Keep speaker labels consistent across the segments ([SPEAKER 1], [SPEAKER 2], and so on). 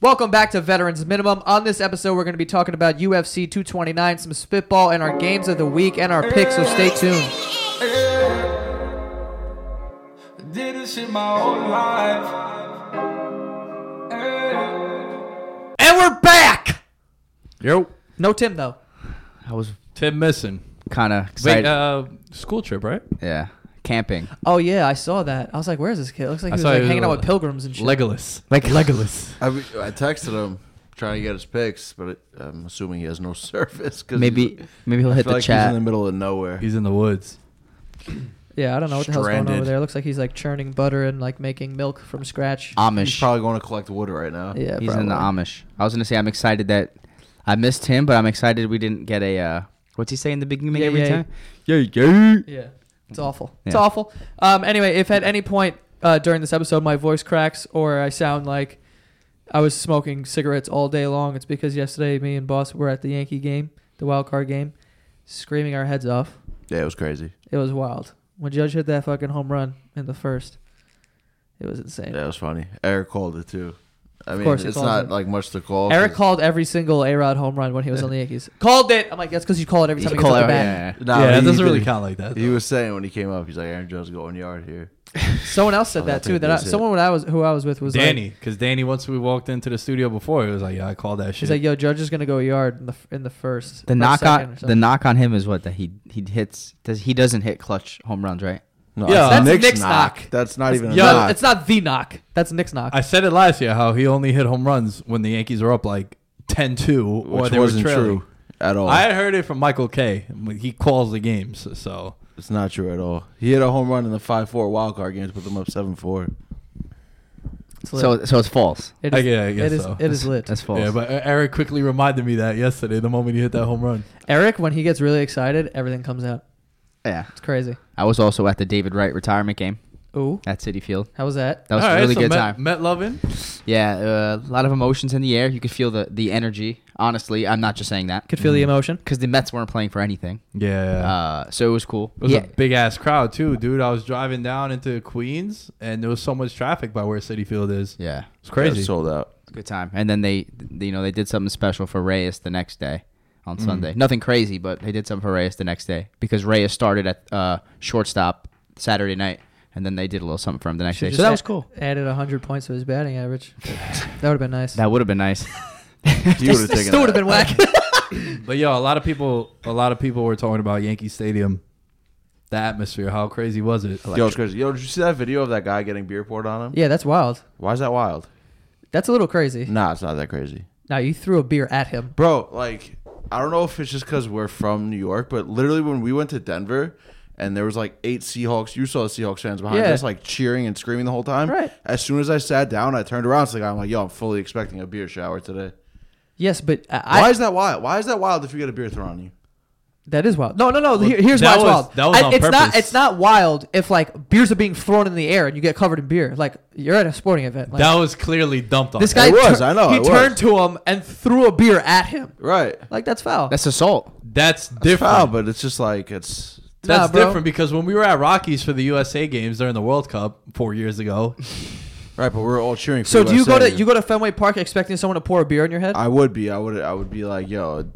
[SPEAKER 1] Welcome back to Veterans Minimum. On this episode, we're going to be talking about UFC 229, some spitball, and our games of the week and our picks, so stay tuned.
[SPEAKER 2] Did this shit my whole life. Hey.
[SPEAKER 1] And we're back!
[SPEAKER 3] Yo,
[SPEAKER 1] No Tim, though.
[SPEAKER 4] I was
[SPEAKER 3] Tim missing.
[SPEAKER 4] kind of
[SPEAKER 3] Wait,
[SPEAKER 4] excited.
[SPEAKER 3] uh, school trip, right?
[SPEAKER 4] yeah, camping.
[SPEAKER 1] Oh, yeah, I saw that. I was like, where's this kid? It looks like he
[SPEAKER 3] I
[SPEAKER 1] was
[SPEAKER 3] saw
[SPEAKER 1] like,
[SPEAKER 3] you-
[SPEAKER 1] hanging out with pilgrims and shit.
[SPEAKER 3] Legolas. Like Legolas.
[SPEAKER 5] I, I texted him trying to get his picks, but it, I'm assuming he has no service. Cause
[SPEAKER 4] Maybe maybe he'll
[SPEAKER 5] I
[SPEAKER 4] hit
[SPEAKER 5] feel
[SPEAKER 4] the
[SPEAKER 5] like He's in the
[SPEAKER 4] chat.
[SPEAKER 5] middle of nowhere.
[SPEAKER 3] He's in the woods.
[SPEAKER 1] yeah, I don't know what the hell's going on over
[SPEAKER 5] Stranded.
[SPEAKER 1] there. It looks like he's like churning butter and like making milk from scratch.
[SPEAKER 5] He's
[SPEAKER 4] Amish.
[SPEAKER 5] probably going to collect wood right now.
[SPEAKER 1] yeah,
[SPEAKER 4] Ah, He's in the
[SPEAKER 1] probably.
[SPEAKER 4] Amish. I was gonna say I'm excited that I missed him, but I'm excited we didn't get a. Uh, what's he say in the beginning
[SPEAKER 1] Yeah,
[SPEAKER 4] every
[SPEAKER 1] yeah.
[SPEAKER 4] time? Yeah, yeah.
[SPEAKER 1] Yeah. It's awful. It's
[SPEAKER 4] Yeah.
[SPEAKER 1] awful. Um, anyway, if at any point uh, during this episode my voice cracks or I sound like I was smoking cigarettes all day long, it's because yesterday me and Boss were at the Yankee game, the wild card game, screaming our heads off.
[SPEAKER 5] Yeah, it was crazy.
[SPEAKER 1] It was wild. When Judge hit that fucking home run in the first, it was insane.
[SPEAKER 5] Yeah, it was funny. Eric called it too. I mean,
[SPEAKER 1] course he
[SPEAKER 5] it's
[SPEAKER 1] calls
[SPEAKER 5] not
[SPEAKER 1] it.
[SPEAKER 5] like much to call.
[SPEAKER 1] Eric
[SPEAKER 5] 'cause-
[SPEAKER 1] called every single A Rod home run when he was on the Yankees. called it. I'm like, that's because you call it every time you
[SPEAKER 4] Call
[SPEAKER 1] get
[SPEAKER 4] out-
[SPEAKER 1] the bat.
[SPEAKER 4] yeah, yeah.
[SPEAKER 5] No,
[SPEAKER 3] yeah, it
[SPEAKER 5] he
[SPEAKER 3] doesn't really
[SPEAKER 5] did-
[SPEAKER 3] count like that.
[SPEAKER 5] He was saying when he came up, he's like, Aaron Judge going yard here.
[SPEAKER 1] Someone else said
[SPEAKER 5] Oh,
[SPEAKER 1] that
[SPEAKER 5] that
[SPEAKER 1] too.
[SPEAKER 5] dude
[SPEAKER 1] That I,
[SPEAKER 5] is it.
[SPEAKER 1] someone I was who I was with was like-
[SPEAKER 3] Danny, because Danny, once we walked into the studio before, he was like, "Yeah, I called that shit."
[SPEAKER 1] She's like, "Yo, Judge is gonna go a yard in the in the first.
[SPEAKER 4] The
[SPEAKER 1] or
[SPEAKER 4] knock
[SPEAKER 1] second or
[SPEAKER 4] on the
[SPEAKER 1] something."
[SPEAKER 4] knock on him is what that he he hits. Does he doesn't hit clutch home runs right?
[SPEAKER 5] No,
[SPEAKER 3] Yeah,
[SPEAKER 5] that's
[SPEAKER 3] that's
[SPEAKER 5] Nick's
[SPEAKER 1] Nick's
[SPEAKER 5] knock.
[SPEAKER 1] knock.
[SPEAKER 5] That's not even a
[SPEAKER 3] Yo,
[SPEAKER 1] No,
[SPEAKER 5] knock.
[SPEAKER 1] it's not the knock. That's Nick's knock.
[SPEAKER 3] I said it last year how he only hit home runs when the Yankees were up like 10-2 or
[SPEAKER 5] which
[SPEAKER 3] they were
[SPEAKER 5] wasn't
[SPEAKER 3] trailing.
[SPEAKER 5] true at all.
[SPEAKER 3] I had heard it from Michael K. He calls the games, so
[SPEAKER 5] it's not true at all. He hit a home run in the 5-4 wild card game to put them up 7-4.
[SPEAKER 1] It's lit.
[SPEAKER 4] So so it's false.
[SPEAKER 1] it
[SPEAKER 3] I
[SPEAKER 1] is,
[SPEAKER 3] guess- I guess
[SPEAKER 1] it is
[SPEAKER 3] so.
[SPEAKER 1] it is lit.
[SPEAKER 4] That's false.
[SPEAKER 3] yeah. But E-, Eric quickly reminded me that yesterday, the moment he hit that home run.
[SPEAKER 1] Eric, when he gets really excited, everything comes out.
[SPEAKER 4] yeah.
[SPEAKER 1] It's crazy.
[SPEAKER 4] I was also at the David Wright retirement game
[SPEAKER 1] Ooh,
[SPEAKER 4] at City Field.
[SPEAKER 1] how was that?
[SPEAKER 4] That was
[SPEAKER 3] All
[SPEAKER 4] a
[SPEAKER 3] right,
[SPEAKER 4] really
[SPEAKER 3] so
[SPEAKER 4] good
[SPEAKER 3] Met,
[SPEAKER 4] time.
[SPEAKER 3] Met loving.
[SPEAKER 4] Yeah, uh, a lot of emotions in the air. You could feel the, the energy. Honestly, I'm not just saying that
[SPEAKER 1] Could feel the emotion.
[SPEAKER 4] because the Mets weren't playing for anything.
[SPEAKER 3] Yeah.
[SPEAKER 4] Uh, so it was cool.
[SPEAKER 3] It was
[SPEAKER 4] yeah,
[SPEAKER 3] a big ass crowd too, dude. I was driving down into Queens, and there was so much traffic by where City Field is.
[SPEAKER 4] yeah,
[SPEAKER 3] It's crazy.
[SPEAKER 5] Yeah, sold out.
[SPEAKER 4] it's a good time. And then they, th- you know, they did something special for Reyes the next day on Sunday. Nothing crazy, but they did something for Reyes the next day because Reyes started at uh, shortstop Saturday night, and then they did a little something for him the next day.
[SPEAKER 1] Just
[SPEAKER 4] So that
[SPEAKER 1] a-
[SPEAKER 4] was cool.
[SPEAKER 1] Added hundred points to his batting average. that would have been nice.
[SPEAKER 4] That would have been nice.
[SPEAKER 5] You would have taken
[SPEAKER 1] still would have been whack.
[SPEAKER 3] But yo, a lot of people, a lot of people were talking about Yankee Stadium, the atmosphere. How crazy was it?
[SPEAKER 5] Yo, it's crazy. Yo, did you see that video of that guy getting beer poured on him?
[SPEAKER 1] yeah, that's wild.
[SPEAKER 5] Why is that wild?
[SPEAKER 1] That's a little
[SPEAKER 4] Mm.
[SPEAKER 1] crazy.
[SPEAKER 5] Nah, it's not that crazy.
[SPEAKER 1] Now you threw a beer at him.
[SPEAKER 5] Bro, like, I don't know if it's just because we're from New York, but literally when we went to Denver and there was like eight Seahawks. You saw the Seahawks fans behind
[SPEAKER 1] Yeah.
[SPEAKER 5] us, like cheering and screaming the whole time.
[SPEAKER 1] Right.
[SPEAKER 5] As soon as I sat down, I turned around to the guy. I'm like, "Yo, I'm fully expecting a beer shower today."
[SPEAKER 1] Yes, but I,
[SPEAKER 5] Why
[SPEAKER 1] I
[SPEAKER 5] is that wild? Why is that wild if you get a beer thrown on you?
[SPEAKER 1] that is wild. No, no, no. here- here's why
[SPEAKER 3] that
[SPEAKER 1] it's
[SPEAKER 3] was-
[SPEAKER 1] wild.
[SPEAKER 3] that was
[SPEAKER 1] I-
[SPEAKER 3] on
[SPEAKER 1] it's not.
[SPEAKER 3] purpose.
[SPEAKER 1] It's not wild if like beers are being thrown in the air and you get covered in beer. Like you're at a sporting event. Like,
[SPEAKER 3] that was clearly dumped on.
[SPEAKER 1] this
[SPEAKER 3] him.
[SPEAKER 1] guy
[SPEAKER 5] It was,
[SPEAKER 1] tur-
[SPEAKER 5] I know,
[SPEAKER 1] He
[SPEAKER 5] it was.
[SPEAKER 1] turned to him and threw a beer at him.
[SPEAKER 5] Right.
[SPEAKER 1] Like that's foul.
[SPEAKER 4] That's assault.
[SPEAKER 3] That's
[SPEAKER 5] Different.
[SPEAKER 3] different.
[SPEAKER 5] but it's just like it's.
[SPEAKER 1] Nah,
[SPEAKER 3] That's
[SPEAKER 1] bro.
[SPEAKER 3] different because when we were at Rockies for the USA games during the World Cup four years ago,
[SPEAKER 5] Right, but we're all cheering. For
[SPEAKER 1] so do you go
[SPEAKER 5] USA.
[SPEAKER 1] to you go to Fenway Park expecting someone to pour a beer in your head?
[SPEAKER 5] I would be. I would. I would be like, yo,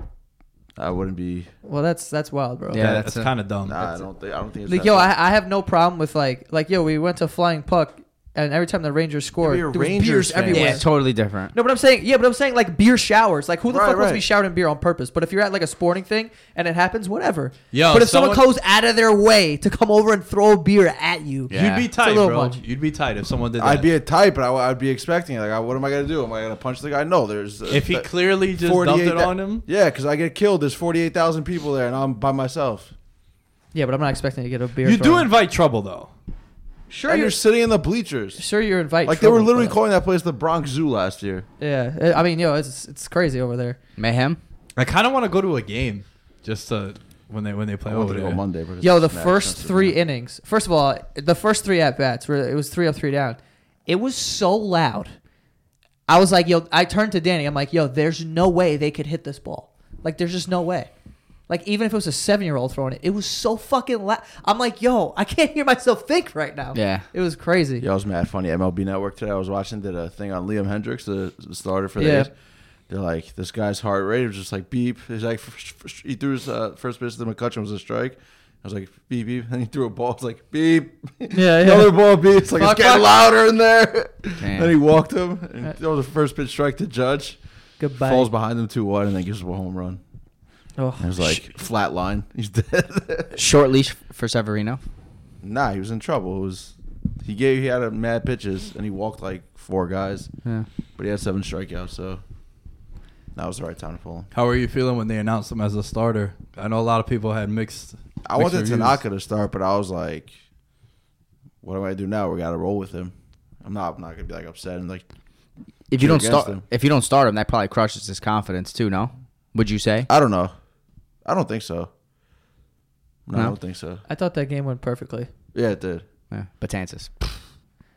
[SPEAKER 5] I wouldn't be.
[SPEAKER 1] well, that's that's wild, bro.
[SPEAKER 4] Yeah,
[SPEAKER 3] that's,
[SPEAKER 4] that's a-
[SPEAKER 3] kind of dumb.
[SPEAKER 5] Nah, I don't think. I don't think. It's
[SPEAKER 1] Like
[SPEAKER 5] that
[SPEAKER 1] yo,
[SPEAKER 5] bad.
[SPEAKER 1] I, I have no problem with like like yo, we went to Flying Puck and every time the Rangers scored,
[SPEAKER 5] you're a
[SPEAKER 1] there was
[SPEAKER 5] Rangers
[SPEAKER 1] beers
[SPEAKER 5] fan.
[SPEAKER 1] everywhere.
[SPEAKER 5] Yeah.
[SPEAKER 4] It's totally different.
[SPEAKER 1] No, but I'm saying, yeah, but I'm saying like beer showers. Like, who the
[SPEAKER 5] Right,
[SPEAKER 1] fuck wants to be
[SPEAKER 5] right.
[SPEAKER 1] showered in beer on purpose? But if you're at like a sporting thing and it happens, whatever.
[SPEAKER 3] Yo,
[SPEAKER 1] but if someone,
[SPEAKER 3] someone-
[SPEAKER 1] goes out of their way to come over and throw a beer at you,
[SPEAKER 4] Yeah.
[SPEAKER 3] You'd be
[SPEAKER 4] It's
[SPEAKER 1] a
[SPEAKER 3] tight,
[SPEAKER 1] little
[SPEAKER 3] bro.
[SPEAKER 1] much.
[SPEAKER 3] You'd be tight if someone did that.
[SPEAKER 5] I'd be a type, but I, would be expecting it. Like, I, what am I gonna do? Am I gonna punch the guy? No, there's. uh,
[SPEAKER 3] if he
[SPEAKER 5] th-
[SPEAKER 3] clearly just dumped
[SPEAKER 5] 48
[SPEAKER 3] it on him.
[SPEAKER 5] Yeah, because I get killed. There's forty-eight thousand people there, and I'm by myself.
[SPEAKER 1] yeah, but I'm not expecting to get a beer.
[SPEAKER 3] You
[SPEAKER 1] thrown.
[SPEAKER 3] do invite trouble though.
[SPEAKER 1] Sure,
[SPEAKER 5] and
[SPEAKER 1] you're
[SPEAKER 5] you're sitting in the bleachers.
[SPEAKER 1] sure you're invited.
[SPEAKER 5] Like they were
[SPEAKER 1] trouble,
[SPEAKER 5] literally
[SPEAKER 1] but-
[SPEAKER 5] calling that place the Bronx Zoo last year.
[SPEAKER 1] Yeah, I I mean, yo, it's it's crazy over there.
[SPEAKER 4] Mayhem.
[SPEAKER 3] I kind of want to go to a game just to when they when they play
[SPEAKER 5] I
[SPEAKER 3] over
[SPEAKER 5] wanted to
[SPEAKER 3] there.
[SPEAKER 5] go Monday. But it's
[SPEAKER 1] Yo, the
[SPEAKER 5] not
[SPEAKER 1] first
[SPEAKER 5] expensive.
[SPEAKER 1] three innings. First of all, the first three at bats where it was three up, three down. It was so loud. I was like, yo, I turned to Danny. I'm like, yo, there's no way they could hit this ball. Like, there's just no way. Like, even if it was a seven year old throwing it, it was so fucking loud. I'm like, yo, I can't hear myself think right now.
[SPEAKER 4] Yeah.
[SPEAKER 1] It was crazy.
[SPEAKER 5] Yeah, it was mad funny. MLB Network today, I was watching did a thing on Liam Hendricks, the the starter for the
[SPEAKER 1] Yeah.
[SPEAKER 5] A's. They're like, this guy's heart rate was just like beep. He's like, he threw his uh, first pitch to McCutcheon was a strike. I was like, beep, beep. And he threw a ball. It's like, beep.
[SPEAKER 1] yeah.
[SPEAKER 5] Another ball beep. It's like,
[SPEAKER 1] Fuck,
[SPEAKER 5] it's getting
[SPEAKER 1] fuck.
[SPEAKER 5] louder in there.
[SPEAKER 4] Damn.
[SPEAKER 5] Then he walked him. And that was the first pitch strike to Judge.
[SPEAKER 1] Goodbye.
[SPEAKER 5] Falls behind him 2 1 and then gives him a home run.
[SPEAKER 1] Oh.
[SPEAKER 5] And it was like, flat line. He's dead.
[SPEAKER 4] Short leash for Severino.
[SPEAKER 5] nah, he was in trouble. It was. He gave he had a mad pitches and he walked like four guys.
[SPEAKER 4] Yeah.
[SPEAKER 5] But he had seven strikeouts, so that was the right time to pull him.
[SPEAKER 3] How are you feeling when they announced him as a starter? I know a lot of people had mixed.
[SPEAKER 5] I
[SPEAKER 3] mixed
[SPEAKER 5] wanted
[SPEAKER 3] reviews.
[SPEAKER 5] Tanaka to start, but I was like, what do I do now? We got to roll with him. I'm not. I'm not gonna be like upset and like.
[SPEAKER 4] If you
[SPEAKER 5] You're
[SPEAKER 4] don't
[SPEAKER 5] against
[SPEAKER 4] start,
[SPEAKER 5] him.
[SPEAKER 4] if you don't start him, that probably crushes his confidence too. No, would you say?
[SPEAKER 5] I don't know. I don't think so. No, I
[SPEAKER 4] No?
[SPEAKER 5] don't think so.
[SPEAKER 1] I thought that game went perfectly.
[SPEAKER 5] Yeah, it did.
[SPEAKER 4] Yeah. Batanzas,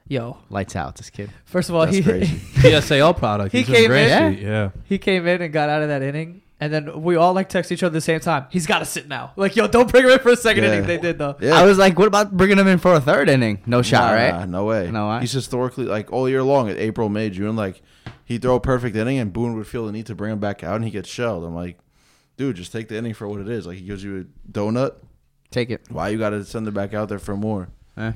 [SPEAKER 1] Yo,
[SPEAKER 4] lights out. This kid.
[SPEAKER 1] first of all,
[SPEAKER 5] That's
[SPEAKER 1] he
[SPEAKER 5] crazy.
[SPEAKER 3] PSAL product.
[SPEAKER 1] He
[SPEAKER 3] He's been
[SPEAKER 1] came
[SPEAKER 3] great.
[SPEAKER 1] in?
[SPEAKER 3] Yeah. yeah.
[SPEAKER 1] he came in and got out of that inning, and then we all like text each other at the same time. He's got to sit now. Like, yo, don't bring him in for a second
[SPEAKER 5] Yeah.
[SPEAKER 1] inning. They did though.
[SPEAKER 5] Yeah.
[SPEAKER 4] I was like, what about bringing him in for a third inning? No shot,
[SPEAKER 5] Nah,
[SPEAKER 4] right?
[SPEAKER 5] nah, no way.
[SPEAKER 4] No way.
[SPEAKER 5] He's historically like all year long at April, May, June. Like he throw a perfect inning, and Boone would feel the need to bring him back out, and he gets shelled. I'm like, dude, just take the inning for what it is. Like he gives you a donut.
[SPEAKER 4] Take it.
[SPEAKER 5] Why you got to send it back out there for more?
[SPEAKER 4] Eh.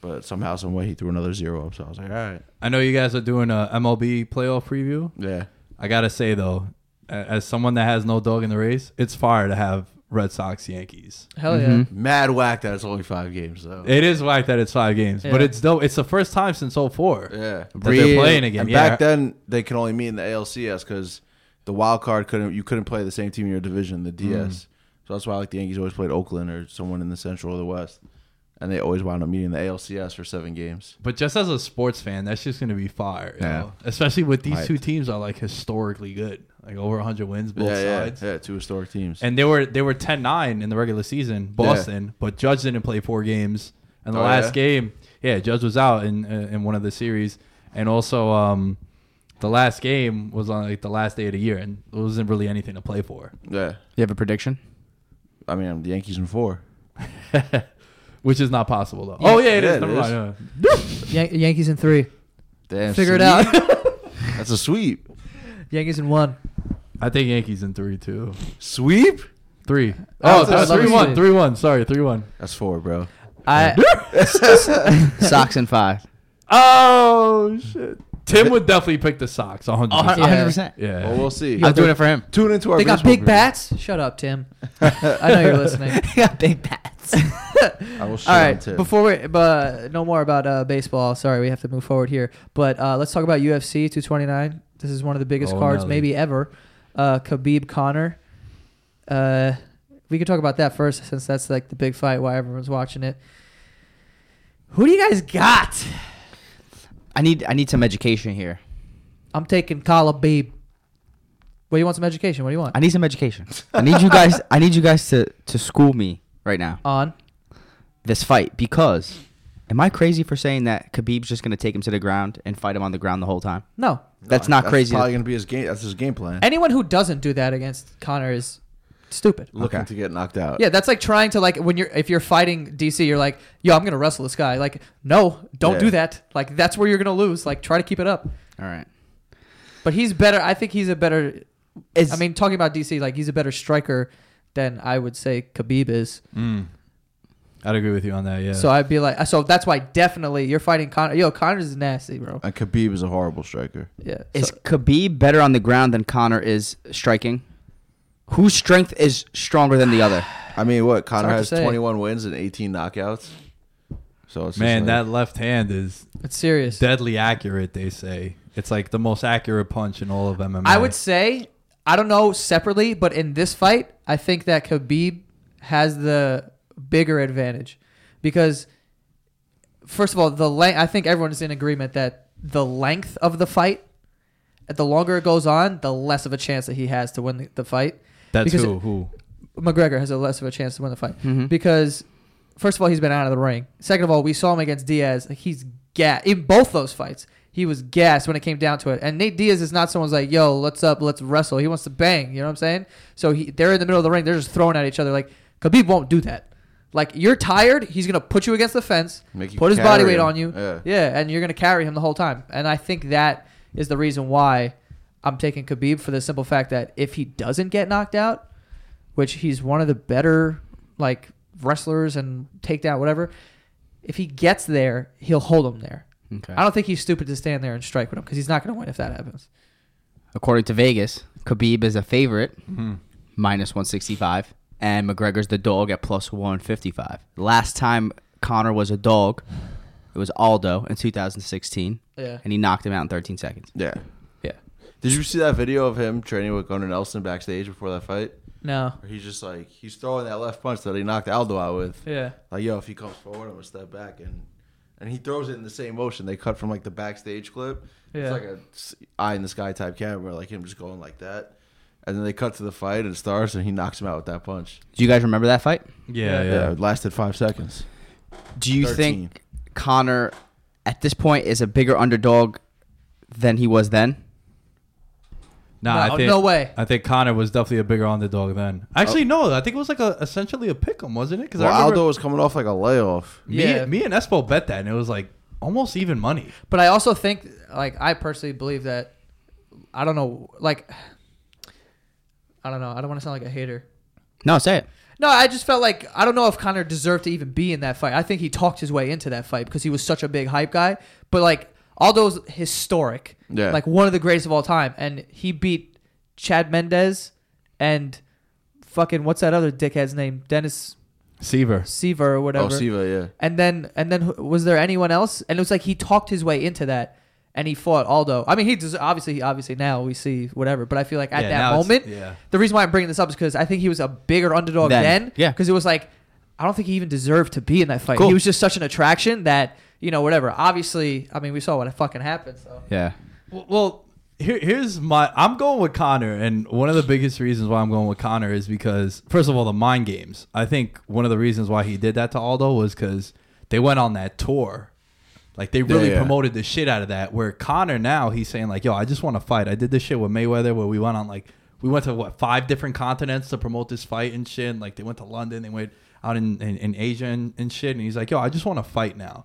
[SPEAKER 5] But somehow, some way, he threw another zero up. So I was like, all right,
[SPEAKER 3] I know you guys are doing a MLB playoff preview.
[SPEAKER 5] yeah.
[SPEAKER 3] I gotta say though, a- as someone that has no dog in the race, it's fire to have Red Sox Yankees.
[SPEAKER 1] Hell yeah.
[SPEAKER 5] Mad whack that it's only five games though.
[SPEAKER 3] It is whack that it's five games, but
[SPEAKER 1] Yeah.
[SPEAKER 3] it's dope. It's the first time since 04
[SPEAKER 5] yeah,
[SPEAKER 3] that they're playing again.
[SPEAKER 5] And
[SPEAKER 3] yeah,
[SPEAKER 5] back then, they could only meet in the ALCS because the wild card couldn't. You couldn't play the same team in your division, the DS. So that's why like the Yankees always played Oakland or someone in the Central or the West, and they always wound up meeting in the ALCS for seven games.
[SPEAKER 3] but just as a sports fan, that's just gonna be fire. You
[SPEAKER 5] Yeah.
[SPEAKER 3] know? especially with these
[SPEAKER 5] Hyped.
[SPEAKER 3] two teams are like historically good, like over 100 wins both
[SPEAKER 5] yeah,
[SPEAKER 3] sides.
[SPEAKER 5] yeah, yeah. Two historic teams.
[SPEAKER 3] And they were they were 10-9 in the regular season, Boston, but Judge didn't play four games. And the
[SPEAKER 5] Oh,
[SPEAKER 3] last
[SPEAKER 5] yeah?
[SPEAKER 3] game, yeah, Judge was out in uh, in one of the series, and also um, the last game was on like the last day of the year, and there wasn't really anything to play for,
[SPEAKER 5] yeah,
[SPEAKER 4] You have a prediction?
[SPEAKER 5] I mean the Yankees in four.
[SPEAKER 3] which is not possible though. oh yeah, it
[SPEAKER 5] Yeah,
[SPEAKER 3] is.
[SPEAKER 5] it
[SPEAKER 3] Never
[SPEAKER 5] is.
[SPEAKER 3] mind, yeah.
[SPEAKER 1] Yan- Yankees in three.
[SPEAKER 5] Damn,
[SPEAKER 1] Figure it
[SPEAKER 5] sweet.
[SPEAKER 1] out.
[SPEAKER 5] That's a sweep.
[SPEAKER 1] Yankees in one.
[SPEAKER 3] I think Yankees in three two.
[SPEAKER 5] Sweep?
[SPEAKER 3] Three.
[SPEAKER 5] Oh,
[SPEAKER 3] Oh,
[SPEAKER 5] that's
[SPEAKER 3] three
[SPEAKER 1] lovely.
[SPEAKER 3] one, three one. Sorry, three one.
[SPEAKER 5] That's four, bro.
[SPEAKER 1] I
[SPEAKER 4] Sox and five.
[SPEAKER 3] Oh shit. Tim would definitely pick the Sox. 100.
[SPEAKER 1] Yeah.
[SPEAKER 3] Yeah.
[SPEAKER 5] Well, we'll see.
[SPEAKER 4] I'm doing it for him.
[SPEAKER 5] Tune into our.
[SPEAKER 1] they got
[SPEAKER 5] baseball
[SPEAKER 1] big
[SPEAKER 5] preview.
[SPEAKER 1] bats. Shut up, Tim. I know you're listening.
[SPEAKER 4] got big bats.
[SPEAKER 5] I will shit
[SPEAKER 1] All
[SPEAKER 5] on
[SPEAKER 1] right,
[SPEAKER 5] Tim.
[SPEAKER 1] before we, but no more about uh, baseball. Sorry, we have to move forward here. But uh, let's talk about UFC 229. This is one of the biggest
[SPEAKER 3] Oh,
[SPEAKER 1] cards
[SPEAKER 3] Nelly.
[SPEAKER 1] maybe ever. Uh, Khabib Connor. Uh, we could talk about that first, since that's like the big fight why everyone's watching it. Who do you guys got?
[SPEAKER 4] I need I need some education here.
[SPEAKER 1] I'm taking Caleb Beeb. What do you want? Some education? What do you want?
[SPEAKER 4] I need some education. I need you guys. I need you guys to to school me right now.
[SPEAKER 1] On
[SPEAKER 4] This fight because. Am I crazy for saying that Khabib's just going to take him to the ground and fight him on the ground the whole time?
[SPEAKER 1] no.
[SPEAKER 4] That's not
[SPEAKER 5] That's
[SPEAKER 4] crazy.
[SPEAKER 5] Probably gonna be his game. That's his game plan.
[SPEAKER 1] Anyone who doesn't do that against Connor is stupid.
[SPEAKER 5] Looking
[SPEAKER 4] Okay.
[SPEAKER 5] to get knocked out.
[SPEAKER 1] Yeah, that's like trying to like when you're if you're fighting DC, you're like, yo, I'm gonna wrestle this guy. Like, no, don't
[SPEAKER 5] Yeah.
[SPEAKER 1] do that. Like, that's where you're gonna lose. Like, try to keep it up.
[SPEAKER 4] All right.
[SPEAKER 1] But he's better. I think he's a better.
[SPEAKER 4] It's-
[SPEAKER 1] I mean, talking about DC, like he's a better striker than I would say Khabib is.
[SPEAKER 3] I'd agree with you on that. Yeah.
[SPEAKER 1] So I'd be like, so that's why definitely you're fighting Connor. Yo, Connor's nasty, bro.
[SPEAKER 5] And Khabib is a horrible striker.
[SPEAKER 1] Yeah.
[SPEAKER 4] Is
[SPEAKER 1] so-
[SPEAKER 4] Khabib better on the ground than Connor is striking? Whose strength is stronger than the other?
[SPEAKER 5] I mean, what Connor
[SPEAKER 1] hard to
[SPEAKER 5] has
[SPEAKER 1] say.
[SPEAKER 5] 21 wins and 18 knockouts. So it's just
[SPEAKER 3] man,
[SPEAKER 5] like-
[SPEAKER 3] that left hand is
[SPEAKER 1] it's serious.
[SPEAKER 3] deadly accurate. They say it's like the most accurate punch in all of MMA.
[SPEAKER 1] I would say I don't know separately, but in this fight, I think that Khabib has the bigger advantage because first of all, the length. I think everyone is in agreement that the length of the fight, the longer it goes on, the less of a chance that he has to win the, the fight.
[SPEAKER 3] That's
[SPEAKER 1] because
[SPEAKER 3] who. Who?
[SPEAKER 1] McGregor has a less of a chance to win the fight
[SPEAKER 5] Mm-hmm.
[SPEAKER 1] because first of all he's been out of the ring. Second of all, we saw him against Diaz. Like he's gas in both those fights. He was gassed when it came down to it. And Nate Diaz is not someone's like, "Yo, let's up, let's wrestle." He wants to bang. You know what I'm saying? So he, they're in the middle of the ring. They're just throwing at each other. Like Khabib won't do that. Like you're tired, he's gonna put you against the fence,
[SPEAKER 5] Make you
[SPEAKER 1] put his body
[SPEAKER 5] carry
[SPEAKER 1] weight
[SPEAKER 5] him.
[SPEAKER 1] on you.
[SPEAKER 5] Yeah.
[SPEAKER 1] yeah, and you're gonna carry him the whole time. And I think that is the reason why I'm taking Khabib for the simple fact that if he doesn't get knocked out, which he's one of the better like wrestlers and takedown whatever. If he gets there, he'll hold him there.
[SPEAKER 4] Okay.
[SPEAKER 1] I don't think he's stupid to stand there and strike with him because he's not going to win if that happens.
[SPEAKER 4] According to Vegas, Khabib is a favorite, minus 165, and McGregor's the dog at plus 155. Last time Connor was a dog, it was Aldo in 2016,
[SPEAKER 1] Yeah.
[SPEAKER 4] and he knocked him out in 13 seconds.
[SPEAKER 5] yeah.
[SPEAKER 4] Yeah.
[SPEAKER 5] Did you see that video of him training with Gunnar Nelson backstage before that fight?
[SPEAKER 1] No.
[SPEAKER 5] Where he's just like he's throwing that left punch that he knocked Aldo out with.
[SPEAKER 1] Yeah.
[SPEAKER 5] Like yo, if he comes forward, I'm gonna step back and and he throws it in the same motion. They cut from like the backstage clip.
[SPEAKER 1] Yeah.
[SPEAKER 5] It's like a s- eye in the sky type camera, like him just going like that. And then they cut to the fight and it starts, and he knocks him out with that punch.
[SPEAKER 4] Do you guys remember that fight?
[SPEAKER 3] Yeah, yeah.
[SPEAKER 5] it lasted five seconds.
[SPEAKER 4] Do you
[SPEAKER 5] 13.
[SPEAKER 4] think Connor, at this point, is a bigger underdog than he was then?
[SPEAKER 3] Nah,
[SPEAKER 1] No,
[SPEAKER 3] I think,
[SPEAKER 1] no way.
[SPEAKER 3] I think Connor was definitely a bigger underdog then. Actually, no. I think it was like a, essentially a pick 'em, wasn't it? Because
[SPEAKER 5] Well,
[SPEAKER 3] I remember
[SPEAKER 5] Aldo was coming off like a layoff.
[SPEAKER 3] me,
[SPEAKER 1] Yeah.
[SPEAKER 3] me and Espo bet that, and it was like almost even money.
[SPEAKER 1] But I also think, like, I personally believe that, I don't know, like, I don't know. I don't want to sound like a hater.
[SPEAKER 4] No, say it.
[SPEAKER 1] No, I just felt like I don't know if Connor deserved to even be in that fight. I think he talked his way into that fight because he was such a big hype guy. But like Aldo's historic,
[SPEAKER 5] Yeah.
[SPEAKER 1] like one of the greatest of all time, and he beat Chad Mendez and fucking what's that other dickhead's name, Dennis
[SPEAKER 3] Seaver.
[SPEAKER 1] Seaver or whatever.
[SPEAKER 5] Oh, Siva, yeah.
[SPEAKER 1] And then and then who- was there anyone else? And it was like he talked his way into that. And he fought Aldo. I mean, he des- obviously, obviously now we see whatever. But I feel like at
[SPEAKER 3] Yeah,
[SPEAKER 1] that
[SPEAKER 3] now it's-
[SPEAKER 1] moment,
[SPEAKER 3] yeah.
[SPEAKER 1] the reason why I'm bringing this up is because I think he was a bigger underdog
[SPEAKER 4] Then,
[SPEAKER 1] then.
[SPEAKER 4] yeah.
[SPEAKER 1] Because it was like, I don't think he even deserved to be in that fight.
[SPEAKER 4] Cool.
[SPEAKER 1] He was just such an attraction that you know whatever. Obviously, I mean, we saw what fucking happened. So
[SPEAKER 4] Yeah.
[SPEAKER 3] Well, well here, here's my. I'm going with Connor, and one of the biggest reasons why I'm going with Connor is because, first of all, the mind games. I think one of the reasons why he did that to Aldo was because they went on that tour. Like they really
[SPEAKER 5] yeah.
[SPEAKER 3] promoted the shit out of that. Where Connor now he's saying like, "Yo, I just want to fight. I did this shit with Mayweather where we went on like we went to what five different continents to promote this fight and shit. And, like they went to London, they went out in in, in Asia and, and shit. And he's like, "Yo, I just want to fight now.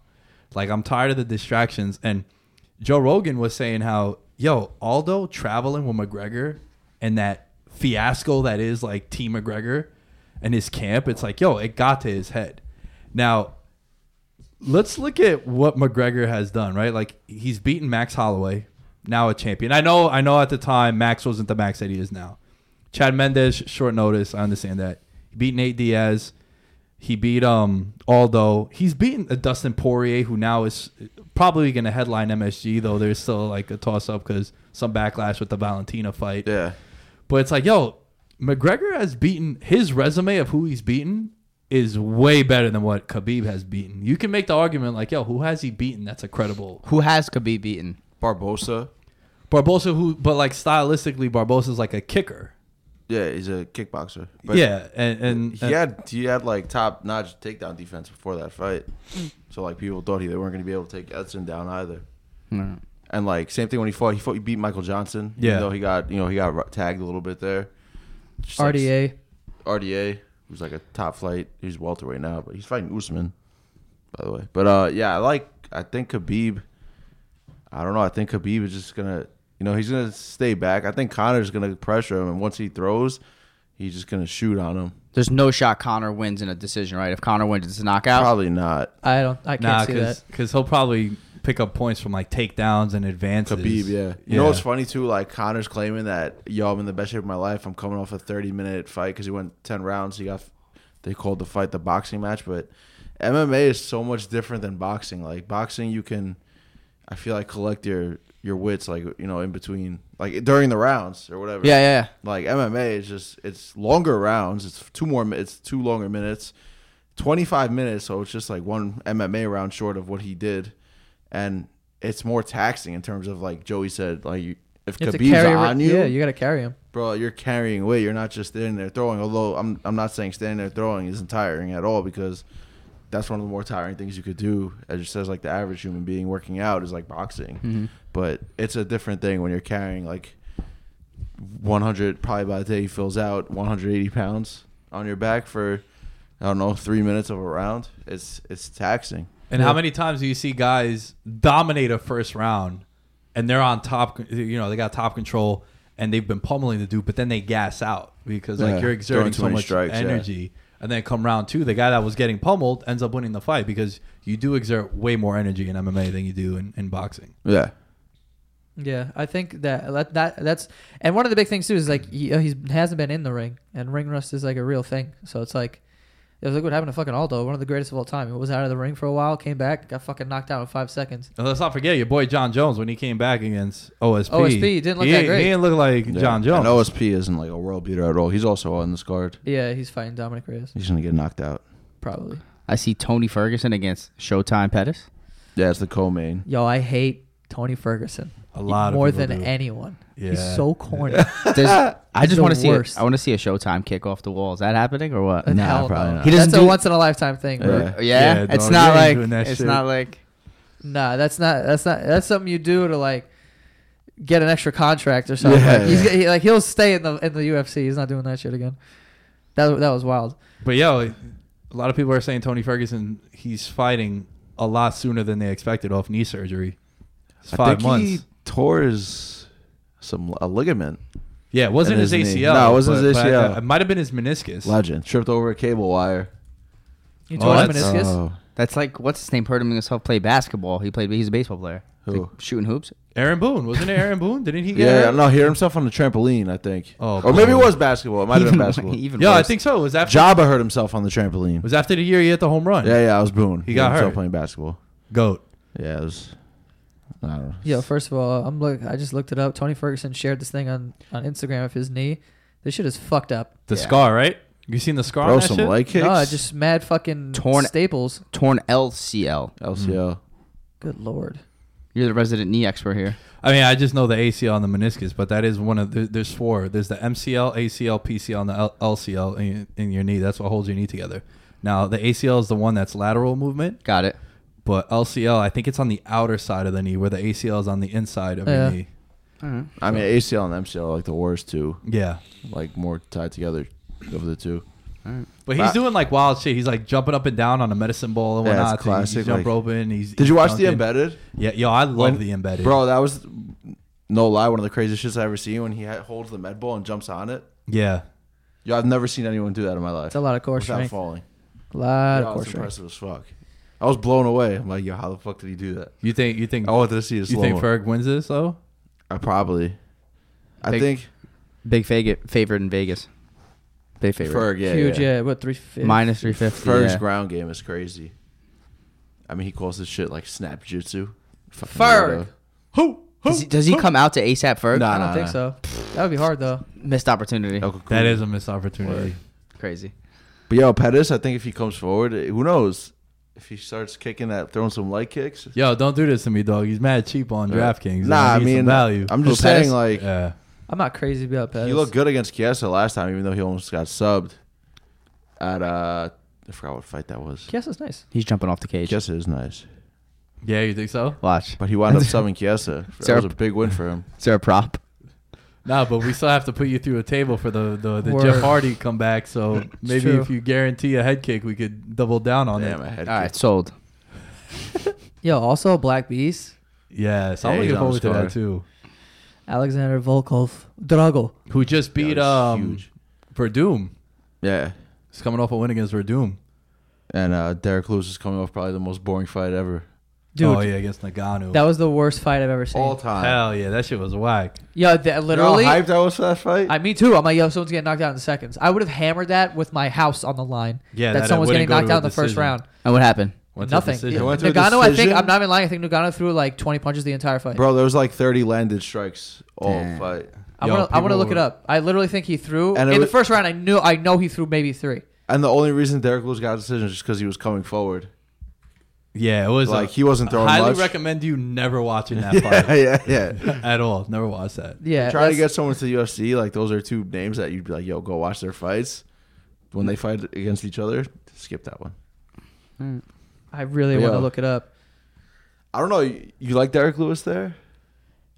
[SPEAKER 3] Like I'm tired of the distractions." And Joe Rogan was saying how, "Yo, Aldo traveling with McGregor and that fiasco that is like Team McGregor and his camp. It's like, yo, it got to his head." Now let's look at what McGregor has done, right? Like he's beaten Max Holloway, now a champion. I know, I know. At the time, Max wasn't the Max that he is now. Chad Mendez, short notice. I understand that. He beat Nate Diaz. He beat um Aldo. He's beaten a Dustin Poirier, who now is probably going to headline MSG, though there's still like a toss up because some backlash with the Valentina fight.
[SPEAKER 5] Yeah.
[SPEAKER 3] But it's like, yo, McGregor has beaten his resume of who he's beaten is way better than what Khabib has beaten. You can make the argument like, yo, who has he beaten? That's a credible
[SPEAKER 4] Who has Khabib beaten?
[SPEAKER 5] Barbosa.
[SPEAKER 3] Barbosa. Who, but like stylistically, Barbosa's like a kicker.
[SPEAKER 5] Yeah, he's a kickboxer.
[SPEAKER 3] yeah, and and,
[SPEAKER 5] He had he had like top notch takedown defense before that fight, so like people thought he they weren't going to be able to take Edson down either. And like same thing when he fought, he fought he beat Michael Johnson. even
[SPEAKER 3] Yeah.
[SPEAKER 5] though he got you know he got ru- tagged a little bit there. Just, like,
[SPEAKER 6] RDA.
[SPEAKER 5] RDA, who's like a top flight. He's welterweight now, but he's fighting Usman, by the way. But uh, yeah, I like. I think Khabib. I don't know. I think Khabib is just gonna, you know, he's gonna stay back. I think Connor's gonna pressure him, and once he throws, he's just gonna shoot on him.
[SPEAKER 4] There's no shot Connor wins in a decision, right? If Connor wins, it's a knockout.
[SPEAKER 5] Probably not.
[SPEAKER 6] I don't. I can't
[SPEAKER 3] nah,
[SPEAKER 6] see that.
[SPEAKER 3] because he'll probably pick up points from like takedowns and advances.
[SPEAKER 5] Khabib, yeah. You know what's funny too? Like Connor's claiming that yo, I'm in the best shape of my life. I'm coming off a 30 minute fight because he went 10 rounds. He got they called the fight the boxing match, but MMA is so much different than boxing. Like boxing, you can, I feel like collect your your wits, like you know, in between, like during the rounds or whatever.
[SPEAKER 4] Yeah, yeah, yeah.
[SPEAKER 5] Like MMA is just it's longer rounds. It's two more. mi- It's two longer minutes. 25 minutes, so it's just like one MMA round short of what he did, and it's more taxing in terms of like Joey said, like you, if
[SPEAKER 6] You have to
[SPEAKER 5] Khabib's
[SPEAKER 6] carry-
[SPEAKER 5] on you,
[SPEAKER 6] Yeah, you got to carry him.
[SPEAKER 5] bro, you're carrying weight. You're not just standing there throwing. Although I'm, I'm not saying standing there throwing isn't tiring at all because that's one of the more tiring things you could do. As it says, like the average human being working out is like boxing,
[SPEAKER 3] Mm-hmm.
[SPEAKER 5] but it's a different thing when you're carrying like 100. Probably by the day he fills out 180 pounds on your back for I don't know three minutes of a round. It's it's taxing.
[SPEAKER 3] And how many times do you see guys dominate a first round and they're on top, you know, they got top control and they've been pummeling the dude, but then they gas out because
[SPEAKER 5] Yeah,
[SPEAKER 3] like you're
[SPEAKER 5] throwing
[SPEAKER 3] exerting
[SPEAKER 5] too
[SPEAKER 3] so
[SPEAKER 5] many
[SPEAKER 3] much
[SPEAKER 5] strikes, yeah.
[SPEAKER 3] energy. And then come round two, the guy that was getting pummeled ends up winning the fight because you do exert way more energy in MMA than you do in, in boxing.
[SPEAKER 5] Yeah.
[SPEAKER 6] Yeah, I think that that- that that's and one of the big things too is like he he's, hasn't been in the ring, and ring rust is like a real thing. So it's like it was like what happened to fucking Aldo, one of the greatest of all time. He was out of the ring for a while, came back, got fucking knocked out in five seconds.
[SPEAKER 3] And let's not forget your boy John Jones when he came back against OSP.
[SPEAKER 6] OSP didn't look
[SPEAKER 3] he,
[SPEAKER 6] that
[SPEAKER 3] ain't-
[SPEAKER 6] great.
[SPEAKER 3] He didn't look like John Jones.
[SPEAKER 5] And OSP isn't like a world beater at all. He's also on this card.
[SPEAKER 6] Yeah, he's fighting Dominic Reyes
[SPEAKER 5] He's gonna get knocked out.
[SPEAKER 6] probably.
[SPEAKER 4] I see Tony Ferguson against Showtime Pettis.
[SPEAKER 5] Yeah, it's the co-main.
[SPEAKER 6] Yo, I hate Tony Ferguson
[SPEAKER 3] a lot of
[SPEAKER 6] more
[SPEAKER 3] people
[SPEAKER 6] than
[SPEAKER 3] do.
[SPEAKER 6] anyone.
[SPEAKER 3] Yeah.
[SPEAKER 6] He's so corny.
[SPEAKER 4] There's, I
[SPEAKER 6] He's
[SPEAKER 4] just
[SPEAKER 6] the
[SPEAKER 4] want to see.
[SPEAKER 6] worst.
[SPEAKER 4] A, I want to see a Showtime kick off the wall. Is that happening or what?
[SPEAKER 6] And
[SPEAKER 5] Nah,
[SPEAKER 6] hell
[SPEAKER 5] probably
[SPEAKER 6] no.
[SPEAKER 5] not.
[SPEAKER 4] He doesn't
[SPEAKER 6] that's a
[SPEAKER 4] do-
[SPEAKER 6] once in a lifetime thing, bro.
[SPEAKER 5] Yeah.
[SPEAKER 4] Yeah,
[SPEAKER 3] Yeah, dog,
[SPEAKER 4] it's
[SPEAKER 3] you
[SPEAKER 4] not
[SPEAKER 3] ain't
[SPEAKER 4] like
[SPEAKER 3] doing that
[SPEAKER 4] it's
[SPEAKER 3] shit.
[SPEAKER 4] not like
[SPEAKER 6] Nah, that's not that's not that's something you do to like get an extra contract or something.
[SPEAKER 5] Yeah,
[SPEAKER 6] like, he's
[SPEAKER 5] yeah.
[SPEAKER 6] g- he, like he'll stay in the in the UFC. He's not doing that shit again. That that was wild.
[SPEAKER 3] But yo, a lot of people are saying Tony Ferguson he's fighting a lot sooner than they expected off knee surgery. It's
[SPEAKER 5] I
[SPEAKER 3] five
[SPEAKER 5] think
[SPEAKER 3] months.
[SPEAKER 5] He tore his some a ligament.
[SPEAKER 3] yeah, it wasn't
[SPEAKER 5] And
[SPEAKER 3] his
[SPEAKER 5] his knee.
[SPEAKER 3] ACL.
[SPEAKER 5] No, it wasn't his
[SPEAKER 3] I-
[SPEAKER 5] ACL.
[SPEAKER 3] uh, it might have been his meniscus.
[SPEAKER 5] Legend tripped over a cable wire.
[SPEAKER 6] You
[SPEAKER 3] Oh,
[SPEAKER 6] tore his
[SPEAKER 3] that's-
[SPEAKER 6] meniscus.
[SPEAKER 4] that's like what's his name? Heard him himself play basketball. He played. He's a baseball player.
[SPEAKER 5] Who?
[SPEAKER 4] Like, shooting hoops.
[SPEAKER 3] Aaron Boone wasn't it? Aaron Boone didn't he get?
[SPEAKER 5] yeah,
[SPEAKER 3] hurt?
[SPEAKER 5] no, he hit himself on the trampoline. I think.
[SPEAKER 3] Oh,
[SPEAKER 5] or maybe it
[SPEAKER 3] boy.
[SPEAKER 5] was basketball. It might have been basketball.
[SPEAKER 4] Even
[SPEAKER 3] Yeah, I
[SPEAKER 4] worse.
[SPEAKER 3] think so. It was after
[SPEAKER 5] Jabba hurt himself on the trampoline.
[SPEAKER 3] it was after the year he hit the home run.
[SPEAKER 5] yeah, yeah, I was Boone.
[SPEAKER 3] He got
[SPEAKER 5] hit himself
[SPEAKER 3] hurt.
[SPEAKER 5] playing basketball.
[SPEAKER 3] goat.
[SPEAKER 5] Yeah, it was. I don't know.
[SPEAKER 6] Yo, first of all, I'm look. I just looked it up. Tony Ferguson shared this thing on on Instagram of his knee. This shit is fucked up.
[SPEAKER 3] The scar, right? You seen the scar? on
[SPEAKER 5] Bro,
[SPEAKER 3] that
[SPEAKER 5] some
[SPEAKER 3] shit?
[SPEAKER 5] leg kicks.
[SPEAKER 6] No, just mad fucking
[SPEAKER 4] Torn-
[SPEAKER 6] staples.
[SPEAKER 4] torn LCL.
[SPEAKER 5] LCL.
[SPEAKER 6] Good lord.
[SPEAKER 4] Mm. You're the resident knee expert here.
[SPEAKER 3] I mean, I just know the ACL and the meniscus, but that is one of the, there's four. There's the MCL, ACL, PCL, and the L- LCL in, in your knee. That's what holds your knee together. Now the ACL is the one that's lateral movement.
[SPEAKER 4] Got it.
[SPEAKER 3] But LCL, I think it's on the outer side of the knee, where the ACL is on the inside of
[SPEAKER 6] Yeah.
[SPEAKER 3] your knee.
[SPEAKER 5] I mean, ACL and MCL are like the worst two,
[SPEAKER 3] Yeah.
[SPEAKER 5] like more tied together of the two.
[SPEAKER 3] But he's
[SPEAKER 5] Right.
[SPEAKER 3] doing like wild shit. He's like jumping up and down on a medicine ball and
[SPEAKER 5] Yeah, it's
[SPEAKER 3] whatnot. He-
[SPEAKER 5] classic,
[SPEAKER 3] He's jump
[SPEAKER 5] like-
[SPEAKER 3] roping. He's
[SPEAKER 5] Did
[SPEAKER 3] he's
[SPEAKER 5] you watch the
[SPEAKER 3] dunking.
[SPEAKER 5] embedded?
[SPEAKER 3] Yeah, yo, I love
[SPEAKER 5] When-
[SPEAKER 3] the embedded.
[SPEAKER 5] Bro, that was no lie, one of the craziest shits I ever seen when he ha- holds the med ball and jumps on it.
[SPEAKER 3] Yeah.
[SPEAKER 5] Yo, I've never seen anyone do that in my life.
[SPEAKER 6] It's a lot of core
[SPEAKER 5] without
[SPEAKER 6] strength.
[SPEAKER 5] falling.
[SPEAKER 6] A lot
[SPEAKER 5] Yo, I was
[SPEAKER 6] of core strength.
[SPEAKER 5] impressive as fuck. I was blown away. I'm like, yo, how the fuck did he do that?
[SPEAKER 3] You think you think
[SPEAKER 5] I wanted to see his
[SPEAKER 3] you
[SPEAKER 5] slow.
[SPEAKER 3] think Ferg wins this though?
[SPEAKER 5] I probably. I
[SPEAKER 4] Big
[SPEAKER 5] think
[SPEAKER 4] Big favorite favorite in Vegas. Big favorite.
[SPEAKER 5] Ferg, yeah,
[SPEAKER 6] Huge,
[SPEAKER 5] yeah.
[SPEAKER 6] yeah. What three fifty?
[SPEAKER 4] Minus three fifty.
[SPEAKER 5] Ferg's
[SPEAKER 4] yeah.
[SPEAKER 5] ground game is crazy. I mean, he calls this shit like snap jutsu. Fucking
[SPEAKER 6] Ferg.
[SPEAKER 5] weirdo.
[SPEAKER 4] Does he, does he come out to ASAP Ferg?
[SPEAKER 5] Nah,
[SPEAKER 6] I
[SPEAKER 5] nah,
[SPEAKER 6] don't think
[SPEAKER 5] nah.
[SPEAKER 6] so. That would be hard though.
[SPEAKER 4] Missed opportunity.
[SPEAKER 5] Elka
[SPEAKER 3] That
[SPEAKER 5] Kuru.
[SPEAKER 3] is a missed opportunity.
[SPEAKER 4] Crazy.
[SPEAKER 5] But yo, Pettis, I think if he comes forward, who knows? If he starts kicking that, throwing some light kicks.
[SPEAKER 3] Yo, don't do this to me, dog. He's mad cheap on DraftKings.
[SPEAKER 5] Nah, I
[SPEAKER 3] need some
[SPEAKER 5] mean,
[SPEAKER 3] value.
[SPEAKER 5] I'm just
[SPEAKER 4] Who, Pettis?
[SPEAKER 5] saying, like,
[SPEAKER 3] yeah.
[SPEAKER 6] I'm not crazy about Pettis.
[SPEAKER 5] he looked good against Chiesa last time, even though he almost got subbed at, uh, I forgot what fight that was.
[SPEAKER 6] Chiesa's nice.
[SPEAKER 4] He's jumping off the cage.
[SPEAKER 5] Chiesa is nice.
[SPEAKER 3] Yeah, you think so?
[SPEAKER 4] Watch.
[SPEAKER 5] But he wound up subbing Chiesa. That
[SPEAKER 4] Sarah-
[SPEAKER 5] was a big win for him.
[SPEAKER 4] Is there a prop?
[SPEAKER 3] No, but we still have to put you through a table for the the, the
[SPEAKER 6] Word.
[SPEAKER 3] Jeff Hardy comeback. So maybe
[SPEAKER 6] true.
[SPEAKER 3] if you guarantee a head kick, we could double down on
[SPEAKER 5] Damn,
[SPEAKER 3] it.
[SPEAKER 5] I had
[SPEAKER 4] All right, sold.
[SPEAKER 6] Yo, also Black Beast,
[SPEAKER 3] Yeah, so
[SPEAKER 5] Yeah,
[SPEAKER 3] I'm
[SPEAKER 5] he's
[SPEAKER 3] looking
[SPEAKER 5] on a
[SPEAKER 3] forward to
[SPEAKER 5] star.
[SPEAKER 3] that too.
[SPEAKER 6] Alexander Volkov, Drago.
[SPEAKER 3] Who just beat
[SPEAKER 5] that's
[SPEAKER 3] um
[SPEAKER 5] huge.
[SPEAKER 3] Verdum?
[SPEAKER 5] Yeah.
[SPEAKER 3] He's coming off a win against Verdum.
[SPEAKER 5] And uh, Derek Lewis is coming off probably the most boring fight ever.
[SPEAKER 6] Dude,
[SPEAKER 3] oh yeah, against Nagano.
[SPEAKER 6] that was the worst fight I've ever seen.
[SPEAKER 5] All time.
[SPEAKER 3] Hell yeah, that shit was whack.
[SPEAKER 6] Yo, that
[SPEAKER 5] You know how
[SPEAKER 6] literally.
[SPEAKER 5] hyped I was for that fight?
[SPEAKER 6] I, me too. I'm like, yo, someone's getting knocked out in seconds. I would have hammered that with my house on the line.
[SPEAKER 3] Yeah,
[SPEAKER 6] that,
[SPEAKER 3] that it
[SPEAKER 6] someone's getting
[SPEAKER 3] wouldn't go
[SPEAKER 6] knocked
[SPEAKER 3] to a
[SPEAKER 6] out in the first
[SPEAKER 3] decision.
[SPEAKER 6] round.
[SPEAKER 4] And what happened?
[SPEAKER 3] Went to a
[SPEAKER 6] Nothing.
[SPEAKER 3] decision.
[SPEAKER 5] It went to a
[SPEAKER 6] Nagano, I think
[SPEAKER 5] decision?
[SPEAKER 6] I'm not even lying. I think Nagano threw like 20 punches the entire fight.
[SPEAKER 5] Bro, there was like 30 landed strikes all
[SPEAKER 4] Damn.
[SPEAKER 5] fight.
[SPEAKER 6] I
[SPEAKER 3] Yo,
[SPEAKER 6] want to. I want to
[SPEAKER 3] people
[SPEAKER 6] look it
[SPEAKER 3] were-
[SPEAKER 6] up. I literally think he threw
[SPEAKER 5] And it
[SPEAKER 6] in the
[SPEAKER 5] was-
[SPEAKER 6] first round. I knew. I know he threw maybe three.
[SPEAKER 5] And the only reason Derek Lewis got a decision is just because he was coming forward.
[SPEAKER 3] Yeah, it was
[SPEAKER 5] Like,
[SPEAKER 3] a-
[SPEAKER 5] he wasn't throwing
[SPEAKER 3] Highly
[SPEAKER 5] much.
[SPEAKER 3] recommend you never watching that
[SPEAKER 5] yeah,
[SPEAKER 3] fight
[SPEAKER 5] yeah, yeah.
[SPEAKER 3] at all. Never watch that.
[SPEAKER 6] Yeah,
[SPEAKER 5] Trying to
[SPEAKER 6] that's-
[SPEAKER 5] get someone to the UFC, like those are two names that you'd be like, yo, go watch their fights. When they fight against each other, skip that one.
[SPEAKER 6] I really want to
[SPEAKER 5] Yo.
[SPEAKER 6] look it up.
[SPEAKER 5] I don't know. You, you like Derek Lewis there?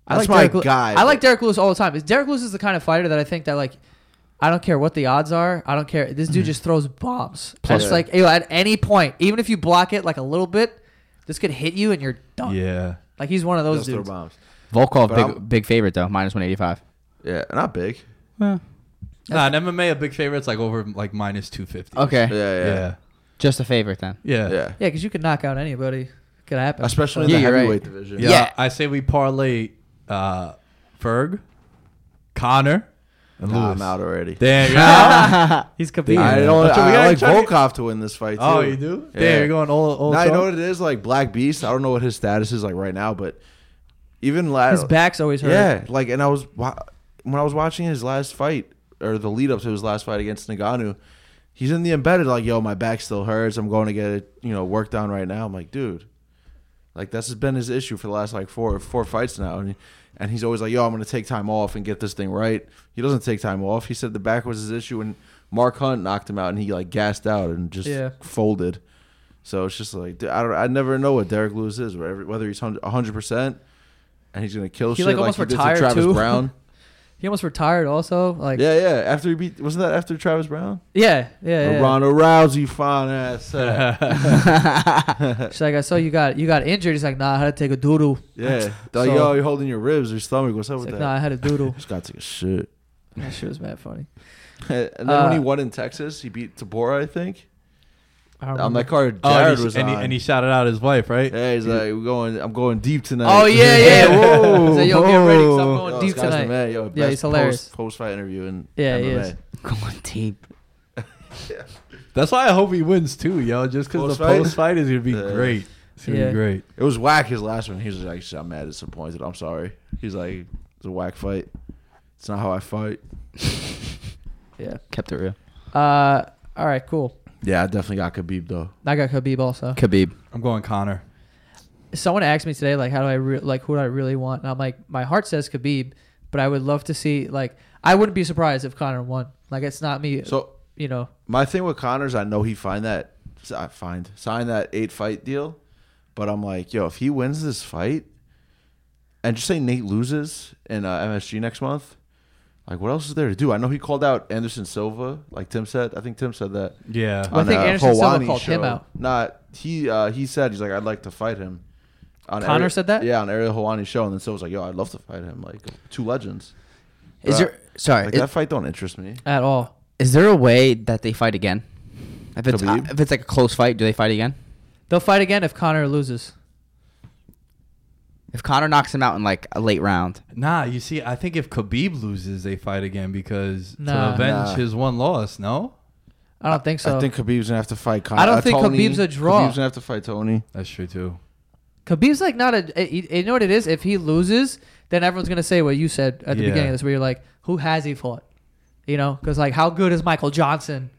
[SPEAKER 6] I
[SPEAKER 5] That's
[SPEAKER 6] like
[SPEAKER 5] my
[SPEAKER 6] Derek Lew-
[SPEAKER 5] guy.
[SPEAKER 6] I like Derek Lewis all the time. Is Derek Lewis is the kind of fighter that I think that like I don't care what the odds are. I don't care. This
[SPEAKER 5] Mm-hmm.
[SPEAKER 6] dude just throws bombs. Plus,
[SPEAKER 5] Yeah.
[SPEAKER 6] like yo, at any point, even if you block it like a little bit, this could hit you and you're done.
[SPEAKER 3] Yeah.
[SPEAKER 6] Like he's one of those
[SPEAKER 5] Just throw
[SPEAKER 6] dudes.
[SPEAKER 5] bombs.
[SPEAKER 4] Volkov,
[SPEAKER 5] But I'm-
[SPEAKER 4] big, big favorite though, minus one eighty five.
[SPEAKER 5] Yeah, not big.
[SPEAKER 3] Nah, in MMA, a big favorite's like over like minus 250.
[SPEAKER 4] Okay,
[SPEAKER 5] Yeah, yeah, Oh, yeah.
[SPEAKER 3] Yeah.
[SPEAKER 4] just a favorite then.
[SPEAKER 3] Yeah.
[SPEAKER 5] yeah.
[SPEAKER 6] Yeah, because you could knock out anybody. Could happen.
[SPEAKER 5] Especially in
[SPEAKER 4] Yeah,
[SPEAKER 5] the
[SPEAKER 4] you're right.
[SPEAKER 5] heavyweight division.
[SPEAKER 3] Yeah,
[SPEAKER 4] Yeah.
[SPEAKER 3] I say we parlay uh, Ferg, Connor, and
[SPEAKER 5] Nah,
[SPEAKER 3] Lewis.
[SPEAKER 5] I'm out already.
[SPEAKER 3] Damn, you're out.
[SPEAKER 6] he's competing.
[SPEAKER 5] I
[SPEAKER 3] Yeah.
[SPEAKER 5] don't.
[SPEAKER 3] But so we
[SPEAKER 5] I,
[SPEAKER 3] gotta
[SPEAKER 5] like
[SPEAKER 3] try to-
[SPEAKER 5] Volkov to win this fight. Too.
[SPEAKER 3] oh, you do?
[SPEAKER 5] Yeah.
[SPEAKER 3] Damn, you're going all all.
[SPEAKER 5] Now you know
[SPEAKER 3] Trump?
[SPEAKER 5] what it is like Black Beast. I don't know what his status is like right now, but even last
[SPEAKER 6] His back's always hurt.
[SPEAKER 5] yeah, like and I was wa- when I was watching his last fight or the lead up to his last fight against Nagano, he's in the embedded like, yo, my back still hurts. I'm going to get it, you know, worked on right now. I'm like, dude, like that's has been his issue for the last like four four fights now, and and he's always like, yo, I'm going to take time off and get this thing right. He doesn't take time off. He said the back was his issue, and Mark Hunt knocked him out, and he like gassed out and just
[SPEAKER 6] Yeah.
[SPEAKER 5] folded. So it's just like dude, I don't, I never know what Derek Lewis is, whether whether he's hundred percent and he's gonna kill
[SPEAKER 6] He,
[SPEAKER 5] shit
[SPEAKER 6] like,
[SPEAKER 5] like,
[SPEAKER 6] almost
[SPEAKER 5] he did to
[SPEAKER 6] retired,
[SPEAKER 5] Travis
[SPEAKER 6] too.
[SPEAKER 5] Brown.
[SPEAKER 6] He almost retired. Also, like yeah,
[SPEAKER 5] yeah, yeah. After he beat, wasn't that after Travis Brown?
[SPEAKER 6] yeah, yeah. yeah.
[SPEAKER 5] Ronda Rousey, fine ass. uh,
[SPEAKER 6] She's like, I saw you got you got injured. He's like, Nah, I had to take a doodle.
[SPEAKER 5] yeah, like
[SPEAKER 6] So-
[SPEAKER 5] yo, you're holding your ribs, your stomach. What's up
[SPEAKER 6] He's
[SPEAKER 5] with
[SPEAKER 6] like,
[SPEAKER 5] that?
[SPEAKER 6] Nah, I had a doodle.
[SPEAKER 5] This guy took a shit.
[SPEAKER 6] that shit was mad funny.
[SPEAKER 5] and then
[SPEAKER 6] Uh,
[SPEAKER 5] when he won in Texas, he beat Tabora, I think.
[SPEAKER 6] I don't
[SPEAKER 5] On
[SPEAKER 6] remember.
[SPEAKER 5] that card,
[SPEAKER 3] Oh,
[SPEAKER 5] Jared
[SPEAKER 3] and he,
[SPEAKER 5] was
[SPEAKER 3] and, he,
[SPEAKER 5] on.
[SPEAKER 3] and he shouted out his wife, right?
[SPEAKER 5] yeah, he's like, we're going. I'm going deep tonight.
[SPEAKER 6] Oh yeah, yeah.
[SPEAKER 5] whoa,
[SPEAKER 6] so, yo, get ready, 'cause I'm
[SPEAKER 5] whoa.
[SPEAKER 3] Oh.
[SPEAKER 6] going
[SPEAKER 5] Yo, this
[SPEAKER 6] deep
[SPEAKER 5] guy's the
[SPEAKER 6] tonight.
[SPEAKER 5] man, yo,
[SPEAKER 6] Yeah,
[SPEAKER 5] best
[SPEAKER 6] he's hilarious.
[SPEAKER 5] Post fight interview and
[SPEAKER 6] Yeah, he
[SPEAKER 5] MMA.
[SPEAKER 6] is.
[SPEAKER 4] Going deep.
[SPEAKER 3] That's why I hope he wins too, yo. Just because the
[SPEAKER 5] Post-fight?
[SPEAKER 3] post fight is gonna be
[SPEAKER 5] Yeah.
[SPEAKER 3] great. It's gonna
[SPEAKER 6] Yeah.
[SPEAKER 3] be great.
[SPEAKER 5] It was whack his last one. He was like, "I'm mad, disappointed. I'm sorry." He's like, "It's a whack fight. It's not how I fight."
[SPEAKER 6] Yeah.
[SPEAKER 4] Kept it real.
[SPEAKER 6] Uh, all right, cool.
[SPEAKER 5] Yeah, I definitely got Khabib though.
[SPEAKER 6] I got Khabib also.
[SPEAKER 4] Khabib.
[SPEAKER 3] I'm going Connor.
[SPEAKER 6] Someone asked me today, like, how do I re- like who do I really want? And I'm like, my heart says Khabib, but I would love to see like I wouldn't be surprised if Connor won. Like, it's not me.
[SPEAKER 5] So
[SPEAKER 6] you know,
[SPEAKER 5] my thing with Connors, I know he find that I find sign that eight fight deal, but I'm like, yo, if he wins this fight, and just say Nate loses in uh, MSG next month, like what else is there to do? I know he called out Anderson Silva, like Tim said. I think Tim said that.
[SPEAKER 3] Yeah.
[SPEAKER 6] Well, I think
[SPEAKER 5] uh,
[SPEAKER 6] Anderson Silva
[SPEAKER 5] Helwani
[SPEAKER 6] called him out.
[SPEAKER 5] Not he. Uh, he said he's like, I'd like to fight him. On
[SPEAKER 6] Connor
[SPEAKER 5] Ari-
[SPEAKER 6] said that?
[SPEAKER 5] Yeah, on Ariel Hawani's show, and then Silva's like, Yo, I'd love to fight him. Like two legends.
[SPEAKER 4] Is
[SPEAKER 5] Bruh.
[SPEAKER 4] there sorry?
[SPEAKER 5] Like
[SPEAKER 4] is,
[SPEAKER 5] that fight don't interest me.
[SPEAKER 6] at all.
[SPEAKER 4] is there a way that they fight again? If it's
[SPEAKER 5] Khabib?
[SPEAKER 4] if it's like a close fight, do they fight again?
[SPEAKER 6] They'll fight again if Connor loses.
[SPEAKER 4] If Connor knocks him out in like a late round,
[SPEAKER 3] Nah, you see, I think if Khabib loses, they fight again because
[SPEAKER 6] Nah.
[SPEAKER 3] to avenge
[SPEAKER 5] Nah.
[SPEAKER 3] his one loss. No,
[SPEAKER 6] I don't think so.
[SPEAKER 5] I think Khabib's gonna have to fight. Con-
[SPEAKER 6] I don't
[SPEAKER 5] uh,
[SPEAKER 6] think
[SPEAKER 5] Tony.
[SPEAKER 6] Khabib's a draw.
[SPEAKER 5] Khabib's gonna have to fight Tony.
[SPEAKER 3] that's true too.
[SPEAKER 6] Khabib's like not a. he- You know what it is? If he loses, then everyone's gonna say what you said at the
[SPEAKER 3] Yeah.
[SPEAKER 6] beginning of this, where you're like, who has he fought? You know, because like, how good is Michael Johnson,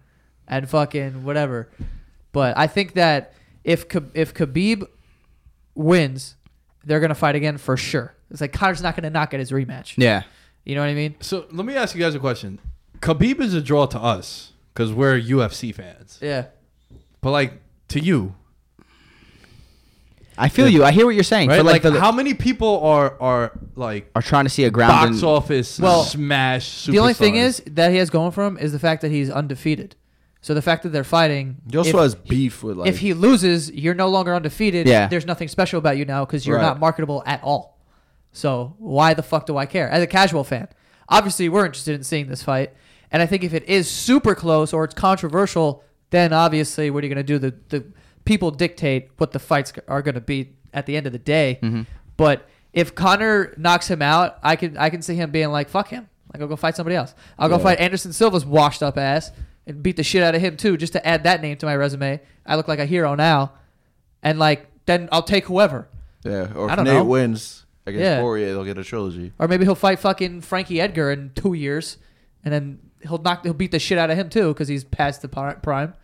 [SPEAKER 6] and fucking whatever. But I think that if Kh- if Khabib wins, they're gonna fight again for sure. It's like Connor's not gonna not get his rematch.
[SPEAKER 4] Yeah.
[SPEAKER 6] You know what I mean?
[SPEAKER 3] So let me ask you guys a question. Khabib is a draw to us because we're UFC fans.
[SPEAKER 6] Yeah.
[SPEAKER 3] But like to you,
[SPEAKER 4] I feel you. I hear what you're saying.
[SPEAKER 3] right?
[SPEAKER 4] For
[SPEAKER 3] like
[SPEAKER 4] like, the,
[SPEAKER 3] how many people are are like
[SPEAKER 4] are trying to see a ground
[SPEAKER 3] box
[SPEAKER 4] and,
[SPEAKER 3] office
[SPEAKER 6] Well,
[SPEAKER 3] smash? Superstars?
[SPEAKER 6] The only thing is that he has going for him is the fact that he's undefeated. So the fact that they're fighting,
[SPEAKER 5] He also
[SPEAKER 6] if-
[SPEAKER 5] has beef with like
[SPEAKER 6] if he loses, you're no longer undefeated.
[SPEAKER 4] Yeah.
[SPEAKER 6] There's nothing special about you now because you're
[SPEAKER 5] Right.
[SPEAKER 6] not marketable at all. So why the fuck do I care? As a casual fan, obviously we're interested in seeing this fight. And I think if it is super close or it's controversial, then obviously what are you going to do? The, the people dictate what the fights are going to be at the end of the day. But if Connor knocks him out, I can I can see him being like, fuck him. Like I'll go fight somebody else. I'll go fight Anderson Silva's washed up ass and beat the shit out of him too, just to add that name to my resume. I look like a hero now. And like then I'll take whoever.
[SPEAKER 5] yeah, or
[SPEAKER 6] I
[SPEAKER 5] if
[SPEAKER 6] don't
[SPEAKER 5] Nate
[SPEAKER 6] know.
[SPEAKER 5] wins against
[SPEAKER 6] Yeah.
[SPEAKER 5] Poirier, they'll get a trilogy.
[SPEAKER 6] Or maybe he'll fight fucking Frankie Edgar in two years, and then he'll knock he'll beat the shit out of him too because he's past the pri- prime.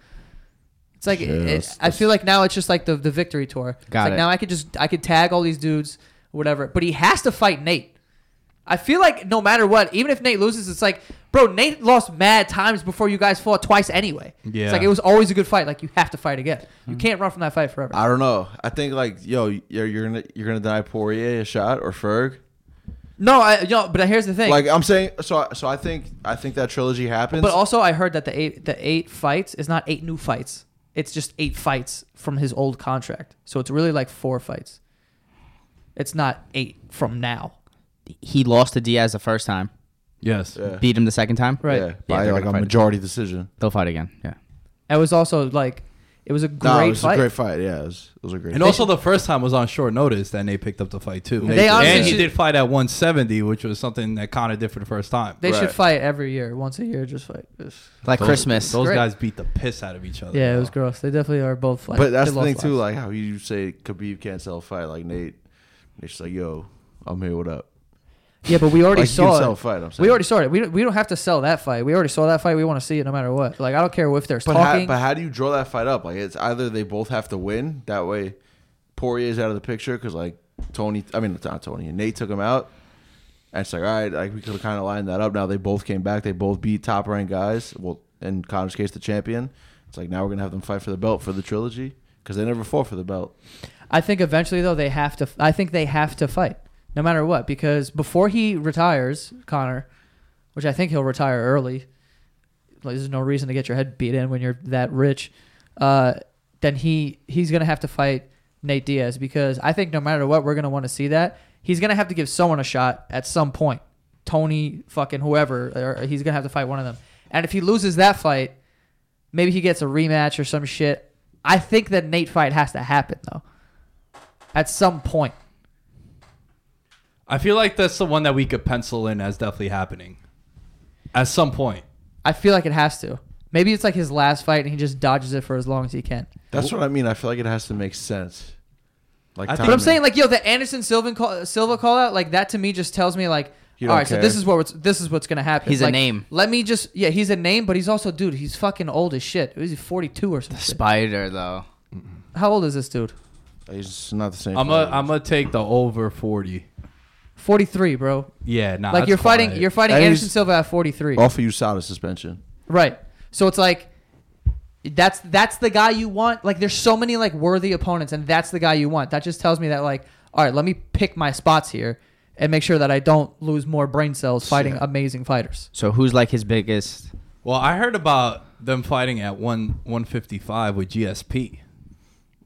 [SPEAKER 6] It's like it-
[SPEAKER 5] that's-
[SPEAKER 6] I feel like now it's just like the the victory tour. It's
[SPEAKER 4] Got
[SPEAKER 6] like
[SPEAKER 4] it.
[SPEAKER 6] Now I could just I could tag all these dudes, whatever. But he has to fight Nate. I feel like no matter what, even if Nate loses, it's like, bro, Nate lost mad times before you guys fought twice anyway.
[SPEAKER 3] Yeah.
[SPEAKER 6] It's like it was always a good fight. Like you have to fight again.
[SPEAKER 4] Hmm.
[SPEAKER 6] You can't run from that fight forever.
[SPEAKER 5] I don't know. I think like yo, you're you're gonna you're gonna deny Poirier a shot or Ferg.
[SPEAKER 6] no, I you know, but here's the thing.
[SPEAKER 5] Like I'm saying, so so I think I think that trilogy happens.
[SPEAKER 6] But also, I heard that the eight the eight fights is not eight new fights. It's just eight fights from his old contract. So it's really like four fights. It's not eight from now.
[SPEAKER 4] He lost to Diaz the first time,
[SPEAKER 3] yes.
[SPEAKER 5] Yeah.
[SPEAKER 4] beat him the second time.
[SPEAKER 6] Right.
[SPEAKER 5] yeah, by
[SPEAKER 4] they're
[SPEAKER 5] like
[SPEAKER 4] gonna fight.
[SPEAKER 5] a majority decision.
[SPEAKER 4] They'll fight again. Yeah.
[SPEAKER 6] It was also like it was a great
[SPEAKER 5] no, it was
[SPEAKER 6] fight.
[SPEAKER 5] a great fight. Yeah, it was, it was a great.
[SPEAKER 3] And
[SPEAKER 5] fight.
[SPEAKER 3] also, the first time was on short notice that Nate picked up the fight too.
[SPEAKER 6] They honestly
[SPEAKER 3] and he
[SPEAKER 6] should-
[SPEAKER 3] did fight at 170, which was something that Connor did for the first time.
[SPEAKER 6] They should
[SPEAKER 5] Right. Oh,
[SPEAKER 6] fight every year, once a year, just fight.
[SPEAKER 4] Like
[SPEAKER 3] Those-
[SPEAKER 4] Christmas.
[SPEAKER 3] Those
[SPEAKER 6] Great.
[SPEAKER 3] guys beat the piss out of each other.
[SPEAKER 6] Yeah, it
[SPEAKER 3] bro.
[SPEAKER 6] was gross. They definitely are both like.
[SPEAKER 5] but that's
[SPEAKER 6] they
[SPEAKER 5] the
[SPEAKER 6] lost
[SPEAKER 5] thing too.
[SPEAKER 6] lives.
[SPEAKER 5] Like how you say Khabib can't sell a fight. Like Nate, Nate's just like yo, I'm here. What up?
[SPEAKER 6] yeah, but we already
[SPEAKER 5] Like, you can
[SPEAKER 6] saw
[SPEAKER 5] sell
[SPEAKER 6] it.
[SPEAKER 5] a fight. I'm saying
[SPEAKER 6] we already saw it. We don't, we don't have to sell that fight. We already saw that fight. We want to see it no matter what. Like I don't care if there's
[SPEAKER 5] But how,
[SPEAKER 6] talking.
[SPEAKER 5] but how do you draw that fight up? Like it's either they both have to win. That way, Poirier's out of the picture because like Tony, I mean not Tony, Nate took him out. And it's like all right, like we could have kind of lined that up. Now they both came back. They both beat top ranked guys. Well, in Connor's case, the champion. It's like now we're gonna have them fight for the belt for the trilogy because they never fought for the belt.
[SPEAKER 6] I think eventually though they have to. I think they have to fight no matter what because before he retires, Connor, which I think he'll retire early. Like, there's no reason to get your head beat in when you're that rich. Uh, then he he's gonna have to fight Nate Diaz because I think no matter what we're gonna want to see that he's gonna have to give someone a shot at some point. Tony fucking whoever, or he's gonna have to fight one of them. And if he loses that fight, maybe he gets a rematch or some shit. I think that Nate fight has to happen though at some point.
[SPEAKER 3] I feel like that's the one that we could pencil in as definitely happening at some point.
[SPEAKER 6] I feel like it has to. Maybe it's like his last fight and he just dodges it for as long as he can.
[SPEAKER 5] That's what I mean. I feel like it has to make sense. Like,
[SPEAKER 3] I think-
[SPEAKER 6] But I'm
[SPEAKER 5] timing.
[SPEAKER 6] saying like yo, the Anderson Silva call, Silva call out like that to me just tells me like
[SPEAKER 5] You
[SPEAKER 6] all
[SPEAKER 5] don't
[SPEAKER 6] right, so
[SPEAKER 5] care.
[SPEAKER 6] this is what this is what's gonna happen.
[SPEAKER 4] He's a
[SPEAKER 6] Like,
[SPEAKER 4] name.
[SPEAKER 6] Let me just yeah, he's a name, but he's also dude. He's fucking old as shit. He's 42 or something.
[SPEAKER 4] Spider though.
[SPEAKER 6] How old is this dude?
[SPEAKER 5] it's not the same.
[SPEAKER 3] I'm
[SPEAKER 5] fight.
[SPEAKER 3] gonna I'm gonna take the over 40.
[SPEAKER 6] 43, bro.
[SPEAKER 3] Yeah, nah.
[SPEAKER 6] Like
[SPEAKER 3] that's
[SPEAKER 6] you're fighting
[SPEAKER 3] quiet.
[SPEAKER 6] you're fighting
[SPEAKER 5] And he's-
[SPEAKER 6] Anderson Silva at 43.
[SPEAKER 5] offer you solid suspension.
[SPEAKER 6] Right. So it's like that's that's the guy you want. Like there's so many like worthy opponents and that's the guy you want. That just tells me that like all right, let me pick my spots here and make sure that I don't lose more brain cells fighting amazing fighters.
[SPEAKER 4] So who's like his biggest?
[SPEAKER 3] Well, I heard about them fighting at one 155 with GSP.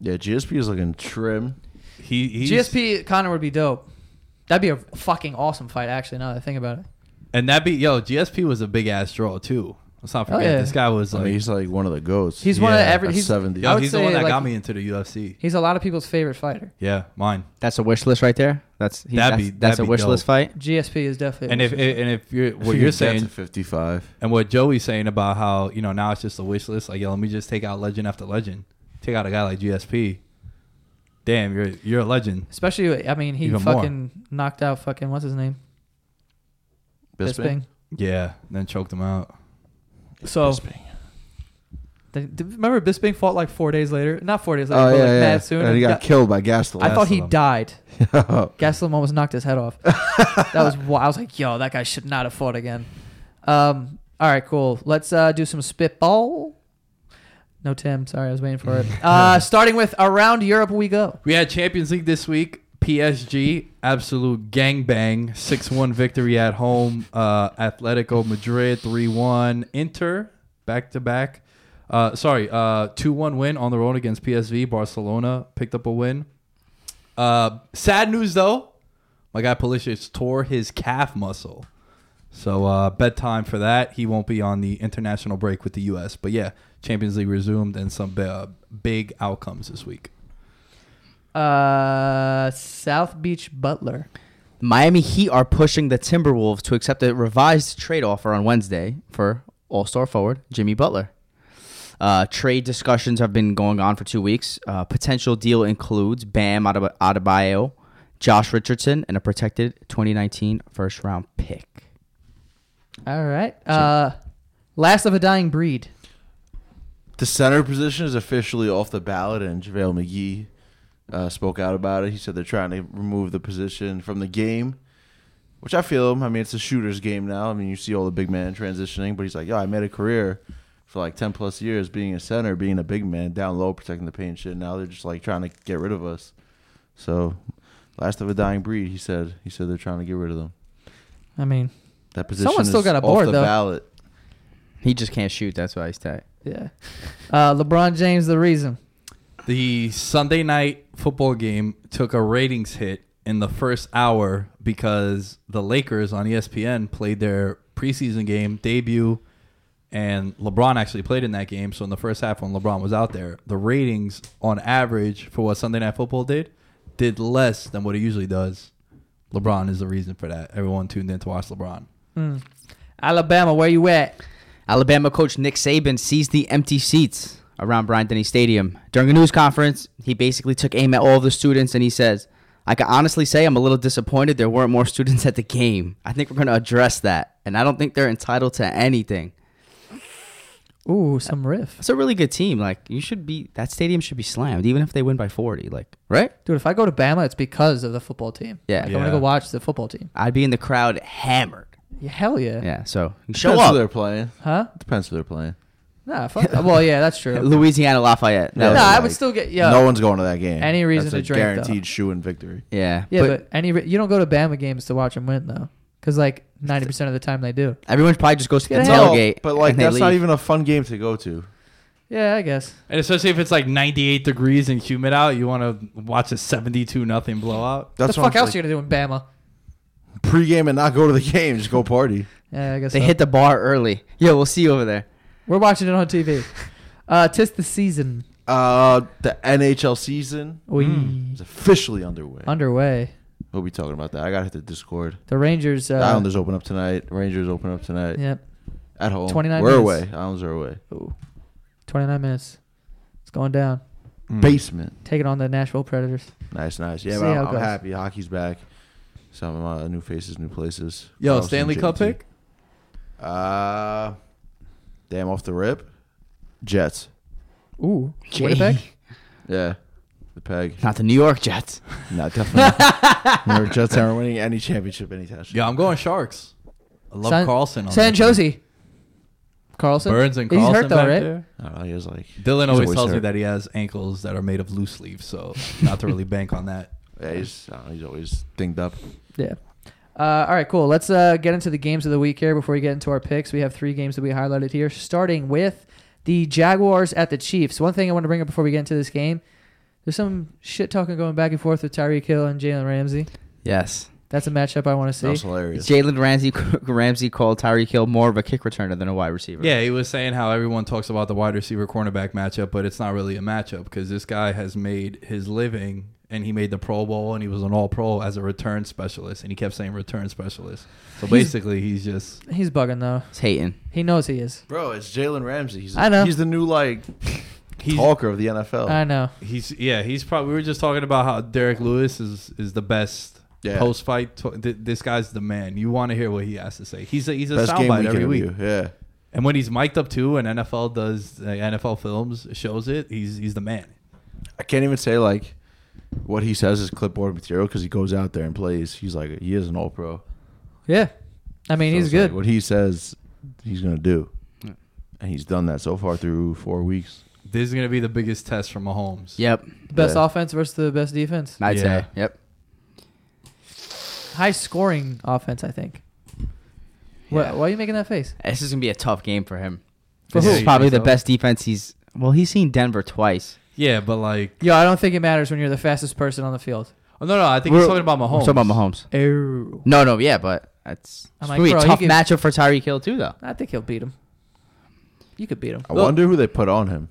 [SPEAKER 5] Yeah, GSP is looking trim.
[SPEAKER 3] He he's,
[SPEAKER 6] GSP Connor would be dope. That'd be a fucking awesome fight actually now that I think about it.
[SPEAKER 3] and that be yo GSP was a big ass draw too. Let's not forget
[SPEAKER 6] Oh, yeah.
[SPEAKER 3] this guy was
[SPEAKER 5] I
[SPEAKER 3] like
[SPEAKER 5] mean, he's like one of the goats.
[SPEAKER 6] He's one of
[SPEAKER 3] Yeah,
[SPEAKER 6] every
[SPEAKER 5] that's
[SPEAKER 6] he's,
[SPEAKER 5] 70.
[SPEAKER 3] yo,
[SPEAKER 6] I would
[SPEAKER 3] he's the
[SPEAKER 6] say,
[SPEAKER 3] one that
[SPEAKER 6] like,
[SPEAKER 3] got me into the UFC.
[SPEAKER 6] He's a lot of people's favorite fighter.
[SPEAKER 3] Yeah, mine.
[SPEAKER 4] That's a wish list right there. That's he,
[SPEAKER 3] That'd
[SPEAKER 4] that's,
[SPEAKER 3] be-
[SPEAKER 4] that's
[SPEAKER 3] that'd
[SPEAKER 4] a
[SPEAKER 3] be
[SPEAKER 4] wish list
[SPEAKER 3] dope.
[SPEAKER 4] fight.
[SPEAKER 6] GSP is definitely
[SPEAKER 3] And if and if you're what you're saying
[SPEAKER 5] fifty-five.
[SPEAKER 3] and what Joey's saying about how you know now it's just a wish list. Like yo, let me just take out legend after legend. Take out a guy like GSP. Damn, you're you're a legend.
[SPEAKER 6] Especially, I mean, he
[SPEAKER 3] Even more.
[SPEAKER 6] fucking knocked out fucking what's his name? Bisping.
[SPEAKER 3] Yeah, then choked him out.
[SPEAKER 6] So They- d- remember Bisping fought like four days later? Not four days later,
[SPEAKER 5] Oh
[SPEAKER 6] but
[SPEAKER 5] yeah,
[SPEAKER 6] like
[SPEAKER 5] yeah.
[SPEAKER 6] mad soon.
[SPEAKER 5] and he got
[SPEAKER 6] Ga-
[SPEAKER 5] killed by Gastelum.
[SPEAKER 6] I thought he
[SPEAKER 3] Gastelum.
[SPEAKER 6] died. Gastelum almost knocked his head off. that was wild. I was like, yo, that guy should not have fought again. Um, all right, cool. Let's uh, do some spitball. No, Tim. Sorry, I was waiting for it. Uh, starting with around Europe we go.
[SPEAKER 3] We had Champions League this week. PSG, absolute gangbang. 6 1 victory at home. Uh, Atletico Madrid, 3 1. Inter, back to back. Uh, Sorry, 2 1 win on the road against PSV. Barcelona picked up a win. Uh, sad news, though. My guy Pulisic tore his calf muscle. So uh, bedtime for that. He won't be on the international break with the U.S. But yeah, Champions League resumed and some bi- uh, big outcomes this week.
[SPEAKER 6] Uh, South Beach Butler.
[SPEAKER 4] Miami Heat are pushing the Timberwolves to accept a revised trade offer on Wednesday for All Star forward Jimmy Butler. Uh, trade discussions have been going on for two weeks. Uh, potential deal includes Bam Adeb- Adebayo, Josh Richardson, and a protected 2019 first round pick.
[SPEAKER 6] All right. Uh, last of a dying breed.
[SPEAKER 5] The center position is officially off the ballot, and JaVale McGee uh, spoke out about it. He said they're trying to remove the position from the game, which I feel him. I mean, it's a shooter's game now. I mean, you see all the big men transitioning, but he's like, yo, I made a career for like 10 plus years being a center, being a big man, down low, protecting the paint and shit. Now they're just like trying to get rid of us. So, last of a dying breed, he said. He said they're trying to get rid of them.
[SPEAKER 6] I mean,
[SPEAKER 5] That position
[SPEAKER 6] Someone's still
[SPEAKER 5] is
[SPEAKER 6] got a
[SPEAKER 5] off
[SPEAKER 6] board,
[SPEAKER 5] the
[SPEAKER 6] though.
[SPEAKER 5] ballot.
[SPEAKER 4] He just can't shoot. That's why he's tight.
[SPEAKER 6] yeah. Uh, LeBron James, the reason.
[SPEAKER 3] The Sunday night football game took a ratings hit in the first hour because the Lakers on E ESPN played their preseason game debut, and LeBron actually played in that game. So in the first half, when LeBron was out there, the ratings on average for what Sunday night football did did less than what it usually does. LeBron is the reason for that. Everyone tuned in to watch LeBron.
[SPEAKER 6] Alabama, where you at?
[SPEAKER 4] Alabama coach Nick Saban seized the empty seats around Bryant Denny Stadium. During a news conference, he basically took aim at all of the students and he says, I can honestly say I'm a little disappointed there weren't more students at the game. I think we're going to address that, and I don't think they're entitled to anything.
[SPEAKER 6] Ooh, some riff.
[SPEAKER 4] It's a really good team. Like, you should be, that stadium should be slammed, even if they win by 40. Like, right?
[SPEAKER 6] Dude, if I go to Bama, it's because of the football team.
[SPEAKER 4] Yeah.
[SPEAKER 6] Like, I want to
[SPEAKER 3] Yeah.
[SPEAKER 6] go watch the football team.
[SPEAKER 4] I'd be in the crowd hammered.
[SPEAKER 6] Yeah, hell yeah.
[SPEAKER 4] Yeah, so show
[SPEAKER 5] Depends who they're
[SPEAKER 4] up.
[SPEAKER 5] playing.
[SPEAKER 6] Huh?
[SPEAKER 5] Depends who they're playing.
[SPEAKER 6] Nah, fuck. well, yeah, that's true. no,
[SPEAKER 4] Louisiana Lafayette. That
[SPEAKER 5] Yeah.
[SPEAKER 4] was-
[SPEAKER 6] I would
[SPEAKER 5] like,
[SPEAKER 6] still get, yeah.
[SPEAKER 5] no one's going to that game.
[SPEAKER 6] Any reason
[SPEAKER 5] That's
[SPEAKER 6] to
[SPEAKER 5] a
[SPEAKER 6] drink, though.
[SPEAKER 5] guaranteed shoe and victory.
[SPEAKER 4] yeah.
[SPEAKER 6] yeah, but, any, re- you don't go to Bama games to watch them win, though. Because, like, 90% of the time they do.
[SPEAKER 4] everyone probably just goes to the
[SPEAKER 6] Yeah,
[SPEAKER 5] No,
[SPEAKER 4] tailgate.
[SPEAKER 5] but like
[SPEAKER 4] and they
[SPEAKER 5] that's not
[SPEAKER 4] leave.
[SPEAKER 5] even a fun game to go to.
[SPEAKER 6] Yeah, I guess.
[SPEAKER 3] And especially if it's like 98 degrees and humid out, you want to watch a 72 nothing blowout.
[SPEAKER 5] That's
[SPEAKER 6] the
[SPEAKER 5] what
[SPEAKER 6] fuck else
[SPEAKER 5] I'm
[SPEAKER 6] you
[SPEAKER 5] saying.
[SPEAKER 6] going to do in Bama?
[SPEAKER 5] pregame and not go to the game, just go party.
[SPEAKER 6] Yeah, I guess.
[SPEAKER 4] They
[SPEAKER 6] so.
[SPEAKER 4] hit the bar early. Yo, we'll see you over there.
[SPEAKER 6] We're watching it on TV. Uh, tis the season.
[SPEAKER 5] Uh, the NHL season
[SPEAKER 6] We
[SPEAKER 5] is officially underway.
[SPEAKER 6] underway.
[SPEAKER 5] we'll be talking about that. I gotta hit the Discord.
[SPEAKER 6] The Rangers. Uh,
[SPEAKER 5] the Islanders open up tonight. Rangers open up tonight
[SPEAKER 6] Yep.
[SPEAKER 5] at home.
[SPEAKER 6] 29
[SPEAKER 5] We're away.
[SPEAKER 6] minutes.
[SPEAKER 5] Islanders are away.
[SPEAKER 6] Ooh. 29 minutes. It's going down.
[SPEAKER 5] Mm. Basement.
[SPEAKER 6] Taking on the Nashville Predators.
[SPEAKER 5] Nice, nice. Yeah,
[SPEAKER 6] Hmm. See
[SPEAKER 5] but
[SPEAKER 6] how
[SPEAKER 5] I'm,
[SPEAKER 6] it
[SPEAKER 5] I'm
[SPEAKER 6] goes.
[SPEAKER 5] happy. Hockey's back. Some uh, new faces, new places.
[SPEAKER 3] Yo,
[SPEAKER 5] Carlson,
[SPEAKER 3] Stanley Cup
[SPEAKER 5] JT.
[SPEAKER 3] pick?
[SPEAKER 5] Uh, damn, off the rip. Jets.
[SPEAKER 6] Ooh. Winnipeg?
[SPEAKER 5] Yeah, the peg.
[SPEAKER 4] Not the New York Jets.
[SPEAKER 5] No, definitely. Remember, Jets aren't winning any championship anytime soon.
[SPEAKER 3] Yeah, I'm going Sharks. I love
[SPEAKER 6] San-
[SPEAKER 3] Carlson. On
[SPEAKER 6] San
[SPEAKER 3] that
[SPEAKER 6] Jose. Carlson.
[SPEAKER 3] team. Burns and
[SPEAKER 6] He's
[SPEAKER 3] Carlson.
[SPEAKER 6] hurt though,
[SPEAKER 3] back
[SPEAKER 6] right?
[SPEAKER 3] there.
[SPEAKER 5] I don't know. He was like,
[SPEAKER 3] Dylan
[SPEAKER 5] He's
[SPEAKER 3] always,
[SPEAKER 5] always
[SPEAKER 3] tells me
[SPEAKER 5] hurt.
[SPEAKER 3] that he has ankles that are made of loose leaves, so not to really bank on that.
[SPEAKER 5] yeah, he's, I don't know, he's always dinged up.
[SPEAKER 6] Yeah. Uh, all right, cool. Let's uh, get into the games of the week here before we get into our picks. We have three games that we highlighted here, starting with the Jaguars at the Chiefs. One thing I want to bring up before we get into this game there's some shit talking going back and forth with Tyreek Hill and Jalen Ramsey.
[SPEAKER 4] Yes.
[SPEAKER 6] That's a matchup I want to see.
[SPEAKER 5] That was hilarious.
[SPEAKER 4] Jalen Ramsey Ramsey called Tyreek Hill more of a kick returner than a wide receiver.
[SPEAKER 3] Yeah, he was saying how everyone talks about the wide receiver cornerback matchup, but it's not really a matchup because this guy has made his living and he made the Pro Bowl and he was an All Pro as a return specialist, and he kept saying return specialist. So basically, he's just
[SPEAKER 6] He's bugging though.
[SPEAKER 4] It's hating.
[SPEAKER 6] He knows he is.
[SPEAKER 5] Bro, it's Jalen Ramsey. He's,
[SPEAKER 6] I know.
[SPEAKER 5] He's Uh, the new, like,
[SPEAKER 3] he's
[SPEAKER 5] talker of the NFL.
[SPEAKER 6] I know.
[SPEAKER 3] he's yeah he's probably. We were just talking about how Derek Lewis is is the best.
[SPEAKER 5] Yeah.
[SPEAKER 3] Post fight, th- this guy's the man. You want to hear what he has to say. He's a, he's a
[SPEAKER 5] Best game
[SPEAKER 3] soundbite
[SPEAKER 5] week
[SPEAKER 3] every week.
[SPEAKER 5] interview. Yeah.
[SPEAKER 3] And when he's mic'd up too, and NFL does uh, like, NFL films shows it, he's he's the man.
[SPEAKER 5] I can't even say like what he says is clipboard material because he goes out there and plays. He's like he is an all pro.
[SPEAKER 6] Yeah. I mean,
[SPEAKER 5] So
[SPEAKER 6] he's
[SPEAKER 5] it's like,
[SPEAKER 6] good.
[SPEAKER 5] what he says, he's gonna do, and he's done that so far through four weeks.
[SPEAKER 3] This is gonna be the biggest test for Mahomes.
[SPEAKER 4] Yep.
[SPEAKER 6] best
[SPEAKER 5] Yeah.
[SPEAKER 6] offense versus the best defense.
[SPEAKER 4] I'd
[SPEAKER 3] Yeah.
[SPEAKER 4] say. Yep.
[SPEAKER 6] High scoring offense, I think. What, why are you making that face?
[SPEAKER 4] This is gonna be a tough game for him.
[SPEAKER 3] For
[SPEAKER 4] This
[SPEAKER 3] who?
[SPEAKER 4] is probably the
[SPEAKER 3] Yeah.
[SPEAKER 4] best defense he's. Well, he's seen Denver twice.
[SPEAKER 3] Yeah, but like,
[SPEAKER 6] Yo, I don't think it matters when you're the fastest person on the field.
[SPEAKER 3] oh, no, no, I think
[SPEAKER 4] We're-
[SPEAKER 3] he's talking about Mahomes.
[SPEAKER 4] We're talking about Mahomes.
[SPEAKER 6] Oh.
[SPEAKER 4] No, no, yeah, but that's
[SPEAKER 6] I'm
[SPEAKER 4] it's
[SPEAKER 6] like,
[SPEAKER 4] gonna be a
[SPEAKER 6] bro,
[SPEAKER 4] tough
[SPEAKER 6] you can-
[SPEAKER 4] matchup for Tyreek Hill too, though.
[SPEAKER 6] I think he'll beat him. You could beat him.
[SPEAKER 5] I wonder who they put on him.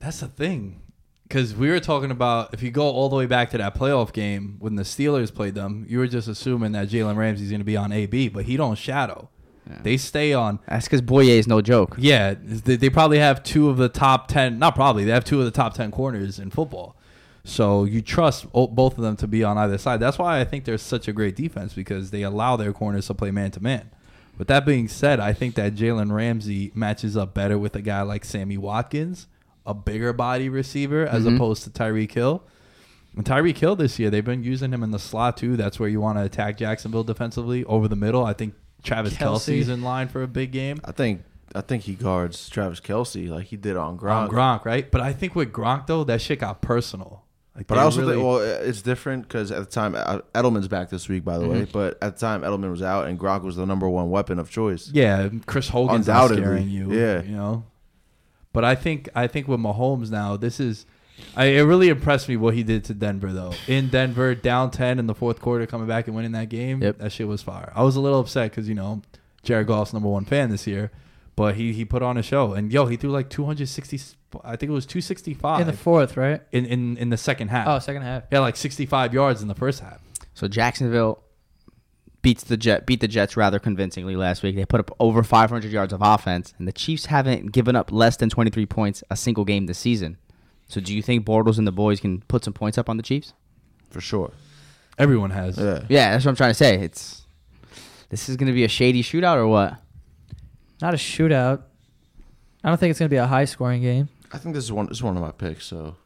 [SPEAKER 3] That's the thing, because we were talking about if you go all the way back to that playoff game when the Steelers played them, you were just assuming that Jalen Ramsey's gonna be on AB, but he don't shadow. They stay on.
[SPEAKER 4] That's because Boye is no joke.
[SPEAKER 3] Yeah, they, they probably have two of the top ten. Not probably, they have two of the top ten corners in football. So you trust o- both of them to be on either side. That's why I think they're such a great defense because they allow their corners to play man to man. With that being said, I think that Jalen Ramsey matches up better with a guy like Sammy Watkins, a bigger body receiver, as opposed to Tyreek Hill. And Tyreek Hill this year, they've been using him in the slot too. That's where you want to attack Jacksonville defensively over the middle. I think Travis
[SPEAKER 6] Kelsey.
[SPEAKER 3] Kelsey's in line for a big game.
[SPEAKER 5] I think I think he guards Travis Kelsey like he did on Gronk.
[SPEAKER 3] on Gronk, right? But I think with Gronk though, that shit got personal. Like,
[SPEAKER 5] But
[SPEAKER 3] they
[SPEAKER 5] I also
[SPEAKER 3] really-
[SPEAKER 5] think well, it's different because at the time uh, Edelman's back this week, by the way.
[SPEAKER 3] Mm-hmm.
[SPEAKER 5] But at the time Edelman was out, and Gronk was the number one weapon of choice.
[SPEAKER 3] yeah, Chris Hogan's not
[SPEAKER 5] Undoubtedly,
[SPEAKER 3] scaring you,
[SPEAKER 5] yeah.
[SPEAKER 3] you know. But I think I think with Mahomes now, this is, I it really impressed me what he did to Denver though. In Denver, down ten in the fourth quarter, coming back and winning that game,
[SPEAKER 4] Yep.
[SPEAKER 3] that shit was fire. I was a little upset because you know, Jared Goff's number one fan this year, but he he put on a show and yo, he threw like two hundred sixty, I think it was two sixty
[SPEAKER 6] In the
[SPEAKER 3] five
[SPEAKER 6] fourth, right?
[SPEAKER 3] in, in in the second half.
[SPEAKER 6] Oh, second half.
[SPEAKER 3] yeah, like sixty five yards in the first half.
[SPEAKER 4] So Jacksonville beats the Jet beat the Jets rather convincingly last week. They put up over 500 yards of offense, and the Chiefs haven't given up less than 23 points a single game this season. So do you think Bortles and the boys can put some points up on the Chiefs?
[SPEAKER 5] for sure.
[SPEAKER 3] Everyone has.
[SPEAKER 5] Yeah,
[SPEAKER 4] Yeah, that's what I'm trying to say. It's this is going to be a shady shootout or what?
[SPEAKER 6] Not a shootout. I don't think it's going to be a high scoring game.
[SPEAKER 5] I think this is one. This is one of my picks, so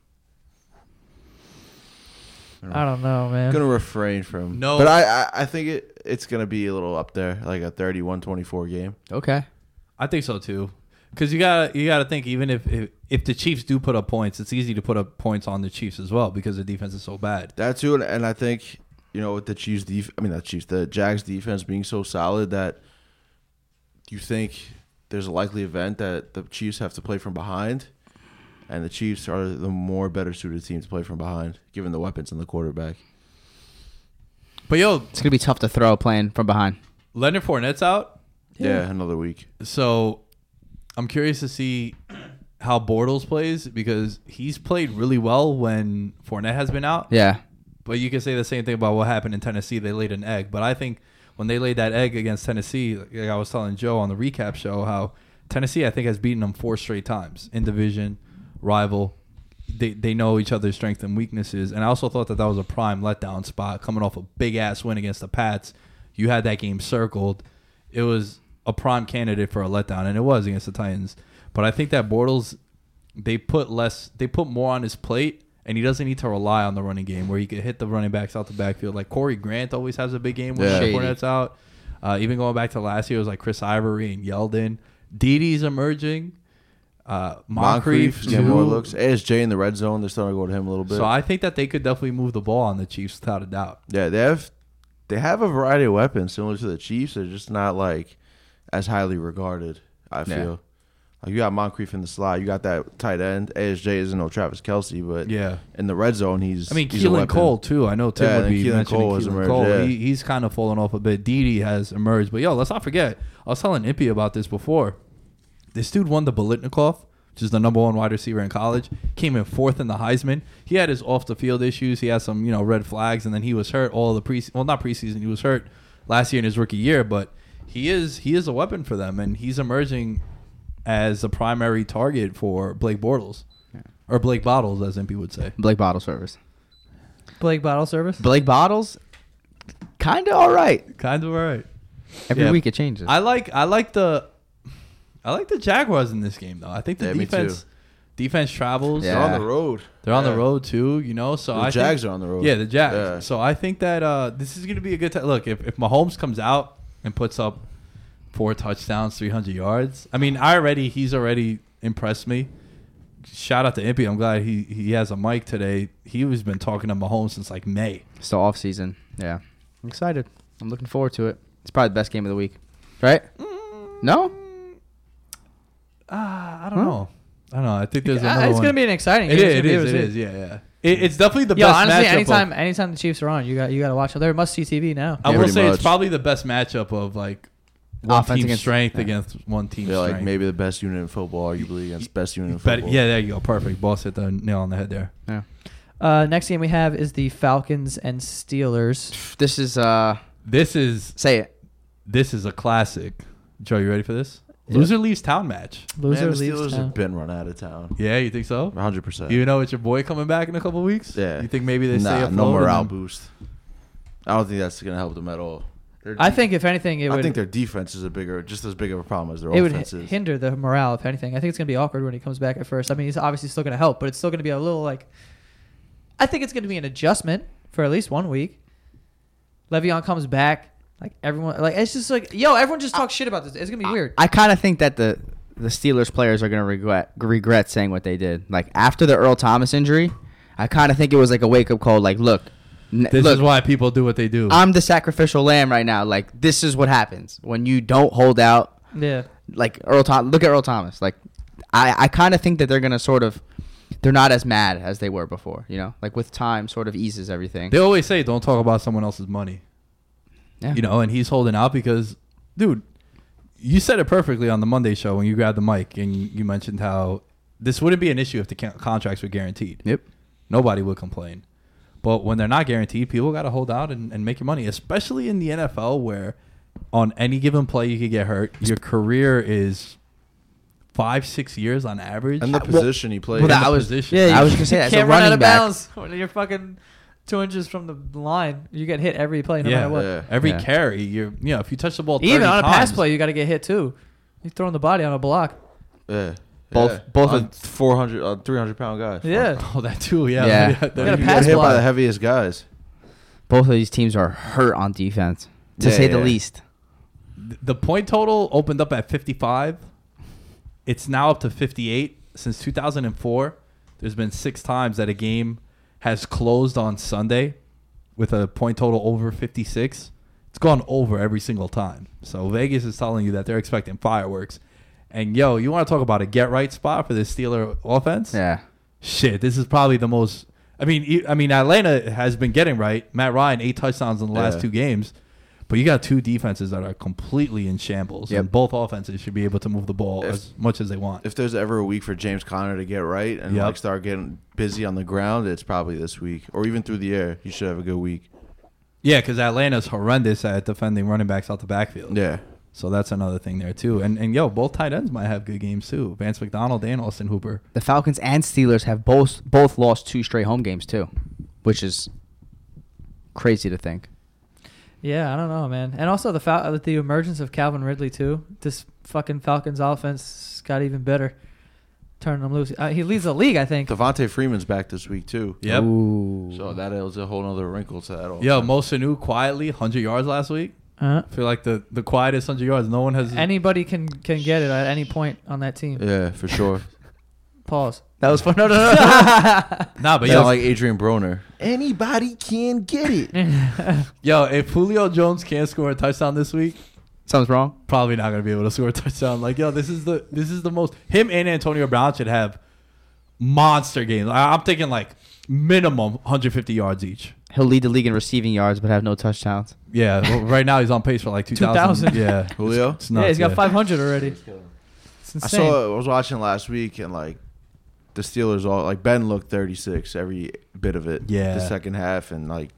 [SPEAKER 6] I don't know, man.
[SPEAKER 5] I'm gonna refrain from.
[SPEAKER 3] No.
[SPEAKER 5] but I, I, I think it, it's gonna be a little up there, like a 31-24 game.
[SPEAKER 4] Okay.
[SPEAKER 3] I think so too. Because you gotta you gotta think even if, if if the Chiefs do put up points, it's easy to put up points on the Chiefs as well because the defense is so bad.
[SPEAKER 5] That too, and, and I think you know with the Chiefs' def- I mean not Chiefs, the Jags' defense being so solid that you think there's a likely event that the Chiefs have to play from behind, and the Chiefs are the more better suited team to play from behind, given the weapons and the quarterback.
[SPEAKER 3] But yo,
[SPEAKER 4] It's going to be tough to throw playing from behind.
[SPEAKER 3] Leonard Fournette's out,
[SPEAKER 5] Yeah, another week.
[SPEAKER 3] so I'm curious to see how Bortles plays because he's played really well when Fournette has been out.
[SPEAKER 4] Yeah.
[SPEAKER 3] But you can say the same thing about what happened in Tennessee. They laid an egg, but I think when they laid that egg against Tennessee, like I was telling Joe on the recap show, how Tennessee I think has beaten them four straight times in division, rival. They they know each other's strengths and weaknesses, and I also thought that that was a prime letdown spot coming off a big ass win against the Pats. You had that game circled. It was a prime candidate for a letdown, and it was against the Titans. But I think that Bortles they put less they put more on his plate and he doesn't need to rely on the running game where he could hit the running backs out the backfield like Corey Grant always has a big game when
[SPEAKER 5] Yeah.
[SPEAKER 3] yeah.
[SPEAKER 4] Shady.
[SPEAKER 3] Fournette's out uh, even going back to last year it was like Chris Ivory and Yeldon Didi's emerging uh, Moncrief,
[SPEAKER 5] Moncrief's getting more
[SPEAKER 3] too.
[SPEAKER 5] looks. ASJ in the red zone. They're starting to go to him a little bit.
[SPEAKER 3] so I think that they could definitely move the ball on the Chiefs without a doubt
[SPEAKER 5] Yeah, they have they have a variety of weapons similar to the Chiefs. They're just not like as highly regarded. I feel like you got Moncrief in the slot. You got that tight end. ASJ isn't no Travis Kelsey, but
[SPEAKER 3] Yeah.
[SPEAKER 5] in the red zone he's.
[SPEAKER 3] I mean
[SPEAKER 5] he's a
[SPEAKER 3] Keelan
[SPEAKER 5] weapon.
[SPEAKER 3] Cole too I know Tim
[SPEAKER 5] Yeah,
[SPEAKER 3] would
[SPEAKER 5] and
[SPEAKER 3] be
[SPEAKER 5] Keelan
[SPEAKER 3] mentioning
[SPEAKER 5] Cole has
[SPEAKER 3] Keelan
[SPEAKER 5] emerged,
[SPEAKER 3] Cole
[SPEAKER 5] yeah.
[SPEAKER 3] he, he's kind of fallen off a bit Didi has emerged but yo let's not forget I was telling Impy about this before This dude won the Bolitnikov, which is the number one wide receiver in college. Came in fourth in the Heisman. He had his off the field issues. He had some, you know, red flags, and then he was hurt all the pre well, not preseason. He was hurt last year in his rookie year, but he is he is a weapon for them, and he's emerging as a primary target for Blake Bortles. or Blake Bottles, as MP would say.
[SPEAKER 4] Blake Bottle Service.
[SPEAKER 6] Blake Bottle Service.
[SPEAKER 4] Blake Bottles, kind of all right.
[SPEAKER 3] Kind of right.
[SPEAKER 4] Every
[SPEAKER 3] Yeah.
[SPEAKER 4] week it changes.
[SPEAKER 3] I like I like the I like the Jaguars in this game though. I think the
[SPEAKER 5] Yeah, me
[SPEAKER 3] defense
[SPEAKER 5] too.
[SPEAKER 3] defense travels.
[SPEAKER 5] They're
[SPEAKER 4] Yeah.
[SPEAKER 5] on the road.
[SPEAKER 3] They're on
[SPEAKER 5] Yeah.
[SPEAKER 3] the road too, you know. So
[SPEAKER 5] The
[SPEAKER 3] I
[SPEAKER 5] Jags
[SPEAKER 3] think-
[SPEAKER 5] are on the road.
[SPEAKER 3] Yeah, the Jags.
[SPEAKER 5] Yeah.
[SPEAKER 3] So I think that uh, this is going to be a good time. Look, if if Mahomes comes out and puts up four touchdowns, three hundred yards. I mean, I already he's already impressed me. Shout out to Impy. I'm glad he he has a mic today. He was been talking to Mahomes since like May.
[SPEAKER 4] It's the off season. Yeah, I'm excited. I'm looking forward to it. It's probably the best game of the week, right? No,
[SPEAKER 3] Ah, I don't know. I don't know. I think there's another
[SPEAKER 6] Uh, it's
[SPEAKER 3] one.
[SPEAKER 6] gonna be an exciting.
[SPEAKER 3] It
[SPEAKER 6] game.
[SPEAKER 3] is.
[SPEAKER 6] It's
[SPEAKER 3] It
[SPEAKER 6] gonna be-
[SPEAKER 3] is. It
[SPEAKER 6] it's-
[SPEAKER 3] is. Yeah, yeah. It, it's definitely the
[SPEAKER 6] Yo,
[SPEAKER 3] best
[SPEAKER 6] honestly,
[SPEAKER 3] matchup. of-
[SPEAKER 6] anytime anytime the Chiefs are on, you got you got to watch. They're must see TV now.
[SPEAKER 3] I
[SPEAKER 5] Yeah,
[SPEAKER 3] will
[SPEAKER 5] pretty
[SPEAKER 3] say
[SPEAKER 5] much.
[SPEAKER 3] it's probably the best matchup of like one
[SPEAKER 4] Offense
[SPEAKER 3] team
[SPEAKER 4] against-
[SPEAKER 3] strength
[SPEAKER 4] yeah.
[SPEAKER 3] against one team
[SPEAKER 5] They're like
[SPEAKER 3] strength.
[SPEAKER 5] maybe the best unit in football, arguably against best unit in
[SPEAKER 3] But-
[SPEAKER 5] football.
[SPEAKER 3] yeah, there you go. Perfect. Boss hit the nail on the head there.
[SPEAKER 6] Uh, next game we have is the Falcons and Steelers.
[SPEAKER 4] Pff, this is uh,
[SPEAKER 3] This is
[SPEAKER 4] say it.
[SPEAKER 3] this is a classic. Joe, you ready for this? Loser leaves town match.
[SPEAKER 6] Loser
[SPEAKER 5] Man, the
[SPEAKER 6] leaves
[SPEAKER 5] Steelers
[SPEAKER 6] town.
[SPEAKER 3] uh,
[SPEAKER 5] have been run out of town.
[SPEAKER 3] Yeah, you think so?
[SPEAKER 5] 100%.
[SPEAKER 3] You know it's your boy coming back in a couple weeks.
[SPEAKER 5] yeah.
[SPEAKER 3] You think maybe they stay
[SPEAKER 5] nah,
[SPEAKER 3] afloat
[SPEAKER 5] no
[SPEAKER 3] and
[SPEAKER 5] morale
[SPEAKER 3] then-
[SPEAKER 5] boost. I don't think that's going to help them at all. Their
[SPEAKER 6] I
[SPEAKER 5] de-
[SPEAKER 6] think if anything, it
[SPEAKER 5] I
[SPEAKER 6] would
[SPEAKER 5] think their defense is a bigger, just as big of a problem as their
[SPEAKER 6] it would
[SPEAKER 5] offense
[SPEAKER 6] hi-
[SPEAKER 5] is.
[SPEAKER 6] hinder the morale. If anything, I think it's gonna be awkward when he comes back at first. I mean, he's obviously still gonna help, but it's still gonna be a little like. I think it's gonna be an adjustment for at least one week. Le'Veon comes back, like everyone, like it's just like yo, everyone just talks shit about this. It's gonna be weird.
[SPEAKER 4] I kind of think that the the Steelers players are gonna regret regret saying what they did. Like after the Earl Thomas injury, I kind of think it was like a wake up call. Like, look, n-
[SPEAKER 3] This
[SPEAKER 4] look,
[SPEAKER 3] is why people do what they do.
[SPEAKER 4] I'm the sacrificial lamb right now. Like this is what happens when you don't hold out.
[SPEAKER 6] yeah,
[SPEAKER 4] Like Earl Thomas, look at Earl Thomas. Like I, I kind of think that they're gonna sort of, they're not as mad as they were before. You know, like with time, sort of eases everything.
[SPEAKER 3] they always say don't talk about someone else's money.
[SPEAKER 4] Yeah.
[SPEAKER 3] You know, and he's holding out because, dude, you said it perfectly on the Monday show when you grabbed the mic and you mentioned how this wouldn't be an issue if the con- contracts were guaranteed.
[SPEAKER 4] Yep.
[SPEAKER 3] Nobody would complain. But when they're not guaranteed, people got to hold out and, and make your money, especially in the NFL where on any given play you could get hurt. Your career is five, six years on average.
[SPEAKER 5] and the
[SPEAKER 4] well-
[SPEAKER 5] position he played.
[SPEAKER 4] Well, that
[SPEAKER 3] the
[SPEAKER 4] was
[SPEAKER 3] position.
[SPEAKER 4] yeah.
[SPEAKER 3] Yeah,
[SPEAKER 4] I
[SPEAKER 3] you
[SPEAKER 4] was gonna say that. So
[SPEAKER 6] can't run out
[SPEAKER 4] running
[SPEAKER 6] of
[SPEAKER 4] back-
[SPEAKER 6] bounds when you're fucking two inches from the line. You get hit every play, no matter what.
[SPEAKER 5] yeah.
[SPEAKER 3] Every
[SPEAKER 4] Yeah.
[SPEAKER 3] carry, you're, you know, if you touch the ball, 30
[SPEAKER 6] Even on a pass
[SPEAKER 3] times-
[SPEAKER 6] play, you got to get hit too. You're throwing the body on a block.
[SPEAKER 5] yeah.
[SPEAKER 4] Both-
[SPEAKER 5] Yeah.
[SPEAKER 4] both
[SPEAKER 5] on
[SPEAKER 4] of-
[SPEAKER 5] 400, uh, 300 pound guys.
[SPEAKER 6] Yeah.
[SPEAKER 3] Oh, that too. Yeah.
[SPEAKER 4] Yeah.
[SPEAKER 3] That-
[SPEAKER 5] You
[SPEAKER 6] gotta
[SPEAKER 5] get
[SPEAKER 6] pass
[SPEAKER 5] hit
[SPEAKER 6] block.
[SPEAKER 5] by the heaviest guys.
[SPEAKER 4] both of these teams are hurt on defense, to
[SPEAKER 5] Yeah,
[SPEAKER 4] say the
[SPEAKER 5] yeah.
[SPEAKER 4] least.
[SPEAKER 3] The point total opened up at 55. It's now up to 58. Since 2004, there's been six times that a game has closed on Sunday with a point total over 56. It's gone over every single time. So Vegas is telling you that they're expecting fireworks. And yo, you want to talk about a get right spot for this Steeler offense?
[SPEAKER 4] Yeah.
[SPEAKER 3] Shit, this is probably the most. I mean, e- I mean, Atlanta has been getting right. Matt Ryan eight touchdowns in the last
[SPEAKER 5] Yeah.
[SPEAKER 3] two games, but you got two defenses that are completely in shambles,
[SPEAKER 4] Yep.
[SPEAKER 3] and both offenses should be able to move the ball
[SPEAKER 5] If-
[SPEAKER 3] as much as they want.
[SPEAKER 5] If there's ever a week for James Conner to get right and
[SPEAKER 3] Yep.
[SPEAKER 5] like start getting busy on the ground, it's probably this week or even through the air. You should have a good week.
[SPEAKER 3] yeah, because Atlanta's horrendous at defending running backs out the backfield.
[SPEAKER 5] Yeah.
[SPEAKER 3] So that's another thing there too. And and yo, both tight ends might have good games too. Vance McDonald and Austin Hooper.
[SPEAKER 4] The Falcons and Steelers have both both lost two straight home games too, which is crazy to think.
[SPEAKER 6] Yeah, I don't know, man. And also the Fal- with the emergence of Calvin Ridley too. This fucking Falcons offense got even better, turning them loose. Uh, he leads the league, I think.
[SPEAKER 5] Devontae Freeman's back this week, too.
[SPEAKER 3] Yep.
[SPEAKER 4] Ooh.
[SPEAKER 5] So that is a whole nother wrinkle to that. all.
[SPEAKER 3] Yo, Mo Sanu quietly 100 yards last week.
[SPEAKER 6] Uh,
[SPEAKER 3] I feel like the, the quietest 100 yards. No one has.
[SPEAKER 6] anybody can can get it at any point on that team.
[SPEAKER 5] Yeah, for sure.
[SPEAKER 6] Pause.
[SPEAKER 4] That was fun. No, no, no. no.
[SPEAKER 3] nah, but
[SPEAKER 5] But yeah,
[SPEAKER 3] yo,
[SPEAKER 5] like Adrian Broner. Anybody can get it.
[SPEAKER 3] Yo, if Julio Jones can't score a touchdown this week,
[SPEAKER 4] Something's wrong.
[SPEAKER 3] probably not gonna be able to score a touchdown. Like, yo, this is the this is the most him and Antonio Brown should have monster games. I, I'm thinking like minimum 150 yards each.
[SPEAKER 4] He'll lead the league in receiving yards, but have no touchdowns.
[SPEAKER 3] Yeah, well, right now he's on pace for like 2,000.
[SPEAKER 6] 2,000.
[SPEAKER 3] Yeah,
[SPEAKER 5] Julio?
[SPEAKER 3] It's nuts,
[SPEAKER 6] yeah, he's got
[SPEAKER 3] yeah.
[SPEAKER 6] 500 already. It's
[SPEAKER 5] I
[SPEAKER 6] insane.
[SPEAKER 5] saw. I was watching last week, and like the Steelers all like Ben looked thirty six every bit of it.
[SPEAKER 3] Yeah.
[SPEAKER 5] the second half, and like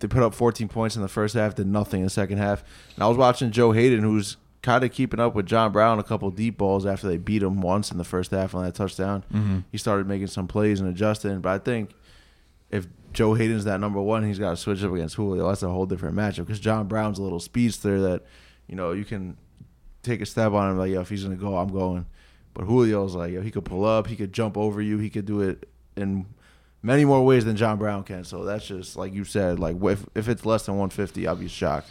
[SPEAKER 5] they put up fourteen points in the first half, did nothing in the second half. And I was watching Joe Hayden, who's kind of keeping up with John Brown a couple deep balls after they beat him once in the first half on that touchdown. He started making some plays and adjusting, but I think if Joe Hayden's that number one, he's got to switch up against Julio. That's a whole different matchup because John Brown's a little speedster that you know you can take a step on him like yo if he's gonna go I'm going, but Julio's like yo he could pull up, he could jump over you, he could do it in many more ways than John Brown can. So that's just like you said, like if if it's less than 150, I'll be shocked.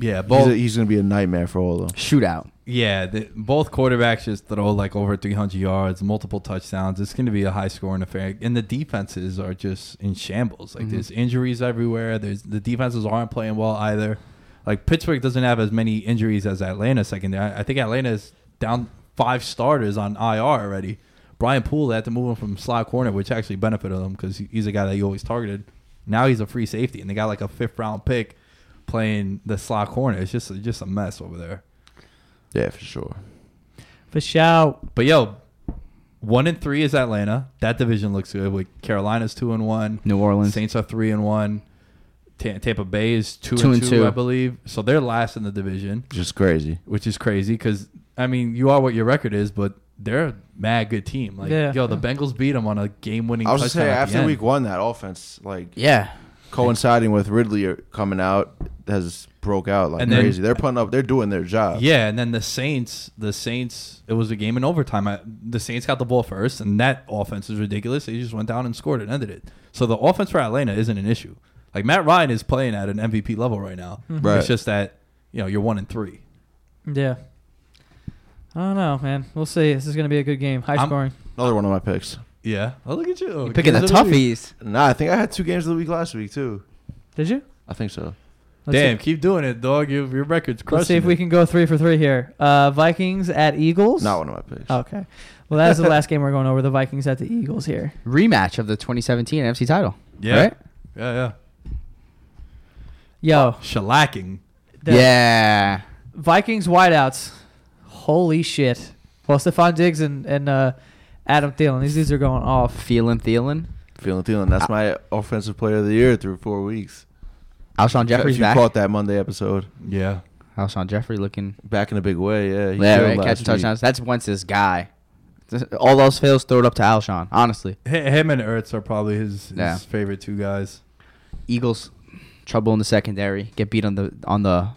[SPEAKER 3] Yeah,
[SPEAKER 5] He's,
[SPEAKER 3] both.
[SPEAKER 5] a, he's gonna be a nightmare for all of them.
[SPEAKER 4] Shootout.
[SPEAKER 3] yeah, the, both quarterbacks just throw like over 300 yards, multiple touchdowns. It's going to be a high scoring affair, and the defenses are just in shambles. Like there's injuries everywhere. There's the defenses aren't playing well either. Like Pittsburgh doesn't have as many injuries as Atlanta secondary. I, I think Atlanta's down five starters on IR already. Brian Poole they had to move him from slot corner, which actually benefited him because he's a guy that you always targeted. Now he's a free safety, and they got like a fifth round pick playing the slot corner. It's just just a mess over there.
[SPEAKER 5] Yeah, for sure.
[SPEAKER 6] For shout.
[SPEAKER 3] But yo, one and three is Atlanta. That division looks good. With Carolina's two and one,
[SPEAKER 4] New Orleans.
[SPEAKER 3] Saints are three and one. Ta- Tampa Bay is two,
[SPEAKER 4] Two
[SPEAKER 3] and
[SPEAKER 4] and
[SPEAKER 3] two,
[SPEAKER 4] two.
[SPEAKER 3] I believe. So they're last in the division,
[SPEAKER 5] Just crazy.
[SPEAKER 3] which is crazy because I mean you are what your record is, but they're a mad good team. Like
[SPEAKER 6] Yeah.
[SPEAKER 3] yo, the Bengals beat them on a game winning.
[SPEAKER 5] I was just saying after week
[SPEAKER 3] week
[SPEAKER 5] one, that offense like
[SPEAKER 4] Yeah.
[SPEAKER 5] coinciding with Ridley coming out has broke out like
[SPEAKER 3] And then-
[SPEAKER 5] crazy. they're putting up. They're doing their job.
[SPEAKER 3] Yeah, and then the Saints, the Saints, it was a game in overtime. I, the Saints got the ball first, and that offense is ridiculous. They just went down and scored and ended it. So the offense for Atlanta isn't an issue. Like Matt Ryan is playing at an MVP level right now.
[SPEAKER 6] Mm-hmm.
[SPEAKER 5] Right.
[SPEAKER 3] It's just that you know you're one and three.
[SPEAKER 6] Yeah. I don't know, man. We'll see. This is going to be a good game. High
[SPEAKER 3] I'm-
[SPEAKER 6] scoring.
[SPEAKER 5] Another one of my picks.
[SPEAKER 3] Yeah. Oh, look at you.
[SPEAKER 4] Picking the
[SPEAKER 3] Games of week.
[SPEAKER 4] toughies.
[SPEAKER 5] Nah, I think I had two games of the week last week too.
[SPEAKER 6] Did you?
[SPEAKER 5] I think so.
[SPEAKER 6] Let's
[SPEAKER 3] Damn,
[SPEAKER 6] See.
[SPEAKER 3] keep doing it, dog. Your your record's crushing.
[SPEAKER 6] Let's see if
[SPEAKER 3] it.
[SPEAKER 6] we can go three for three here. Uh, Vikings at Eagles.
[SPEAKER 5] Not one of my picks.
[SPEAKER 6] Okay. Well, that's the last game we're going over. The Vikings at the Eagles here.
[SPEAKER 4] Rematch of the 2017 NFC title.
[SPEAKER 3] Yeah.
[SPEAKER 4] Right?
[SPEAKER 3] Yeah, yeah.
[SPEAKER 6] Yo,
[SPEAKER 3] Shellacking.
[SPEAKER 6] the
[SPEAKER 4] Yeah.
[SPEAKER 6] Vikings wideouts. Holy shit. Well, Stephon Diggs and, and uh, Adam Thielen. These dudes are going off.
[SPEAKER 4] Feeling, feeling.
[SPEAKER 5] Feeling, feeling.
[SPEAKER 4] Ah.
[SPEAKER 5] That's my offensive player of the year through four weeks.
[SPEAKER 4] Alshon
[SPEAKER 5] If
[SPEAKER 4] Jeffrey's
[SPEAKER 5] you
[SPEAKER 4] back.
[SPEAKER 5] caught that Monday episode
[SPEAKER 3] Yeah.
[SPEAKER 4] Alshon Jeffrey looking.
[SPEAKER 5] back in a big way. Yeah, he
[SPEAKER 4] Yeah,
[SPEAKER 5] killed
[SPEAKER 4] right.
[SPEAKER 5] last
[SPEAKER 4] Catch
[SPEAKER 5] week.
[SPEAKER 4] touchdowns. That's Wentz's guy. All those fails, throw it up to Alshon. Honestly.
[SPEAKER 3] Hi- Him and Ertz are probably his, his
[SPEAKER 4] Yeah.
[SPEAKER 3] favorite two guys.
[SPEAKER 4] Eagles trouble in the secondary. Get beat on the on the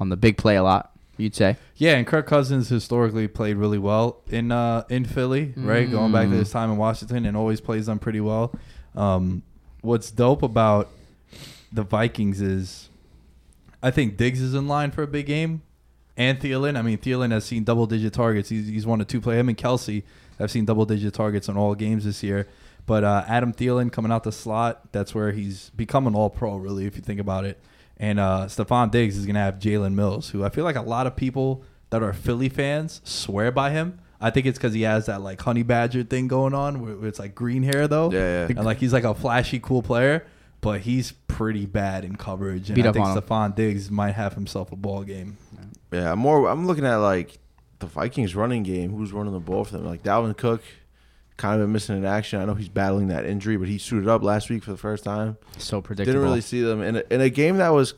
[SPEAKER 4] on the big play a lot. You'd say.
[SPEAKER 3] Yeah, and Kirk Cousins historically played really well in uh, in Philly, right? Going back to his time in Washington, and always plays them pretty well. Um, what's dope about the Vikings is, I think Diggs is in line for a big game, and Thielen. I mean, Thielen has seen double digit targets. He's he's one of two play. Him and Kelsey have seen double digit targets in all games this year. But uh, Adam Thielen coming out the slot, that's where he's become an all pro, really, if you think about it. And uh, Stephon Diggs is going to have Jalen Mills, who I feel like a lot of people that are Philly fans swear by him. I think it's because he has that like honey badger thing going on, where where it's like green hair though,
[SPEAKER 5] Yeah, yeah.
[SPEAKER 3] and like he's like a flashy, cool player, but he's pretty bad in coverage. And
[SPEAKER 4] Beat
[SPEAKER 3] I
[SPEAKER 4] up
[SPEAKER 3] think
[SPEAKER 4] on him.
[SPEAKER 3] Stephon Diggs might have himself a ball game.
[SPEAKER 5] Yeah, I'm more. I'm looking at like the Vikings running game. Who's running the ball for them? Like Dalvin Cook, kind of been missing in action. I know he's battling that injury, but he suited up last week for the first time.
[SPEAKER 4] So predictable.
[SPEAKER 5] Didn't really see them in a, in a game that was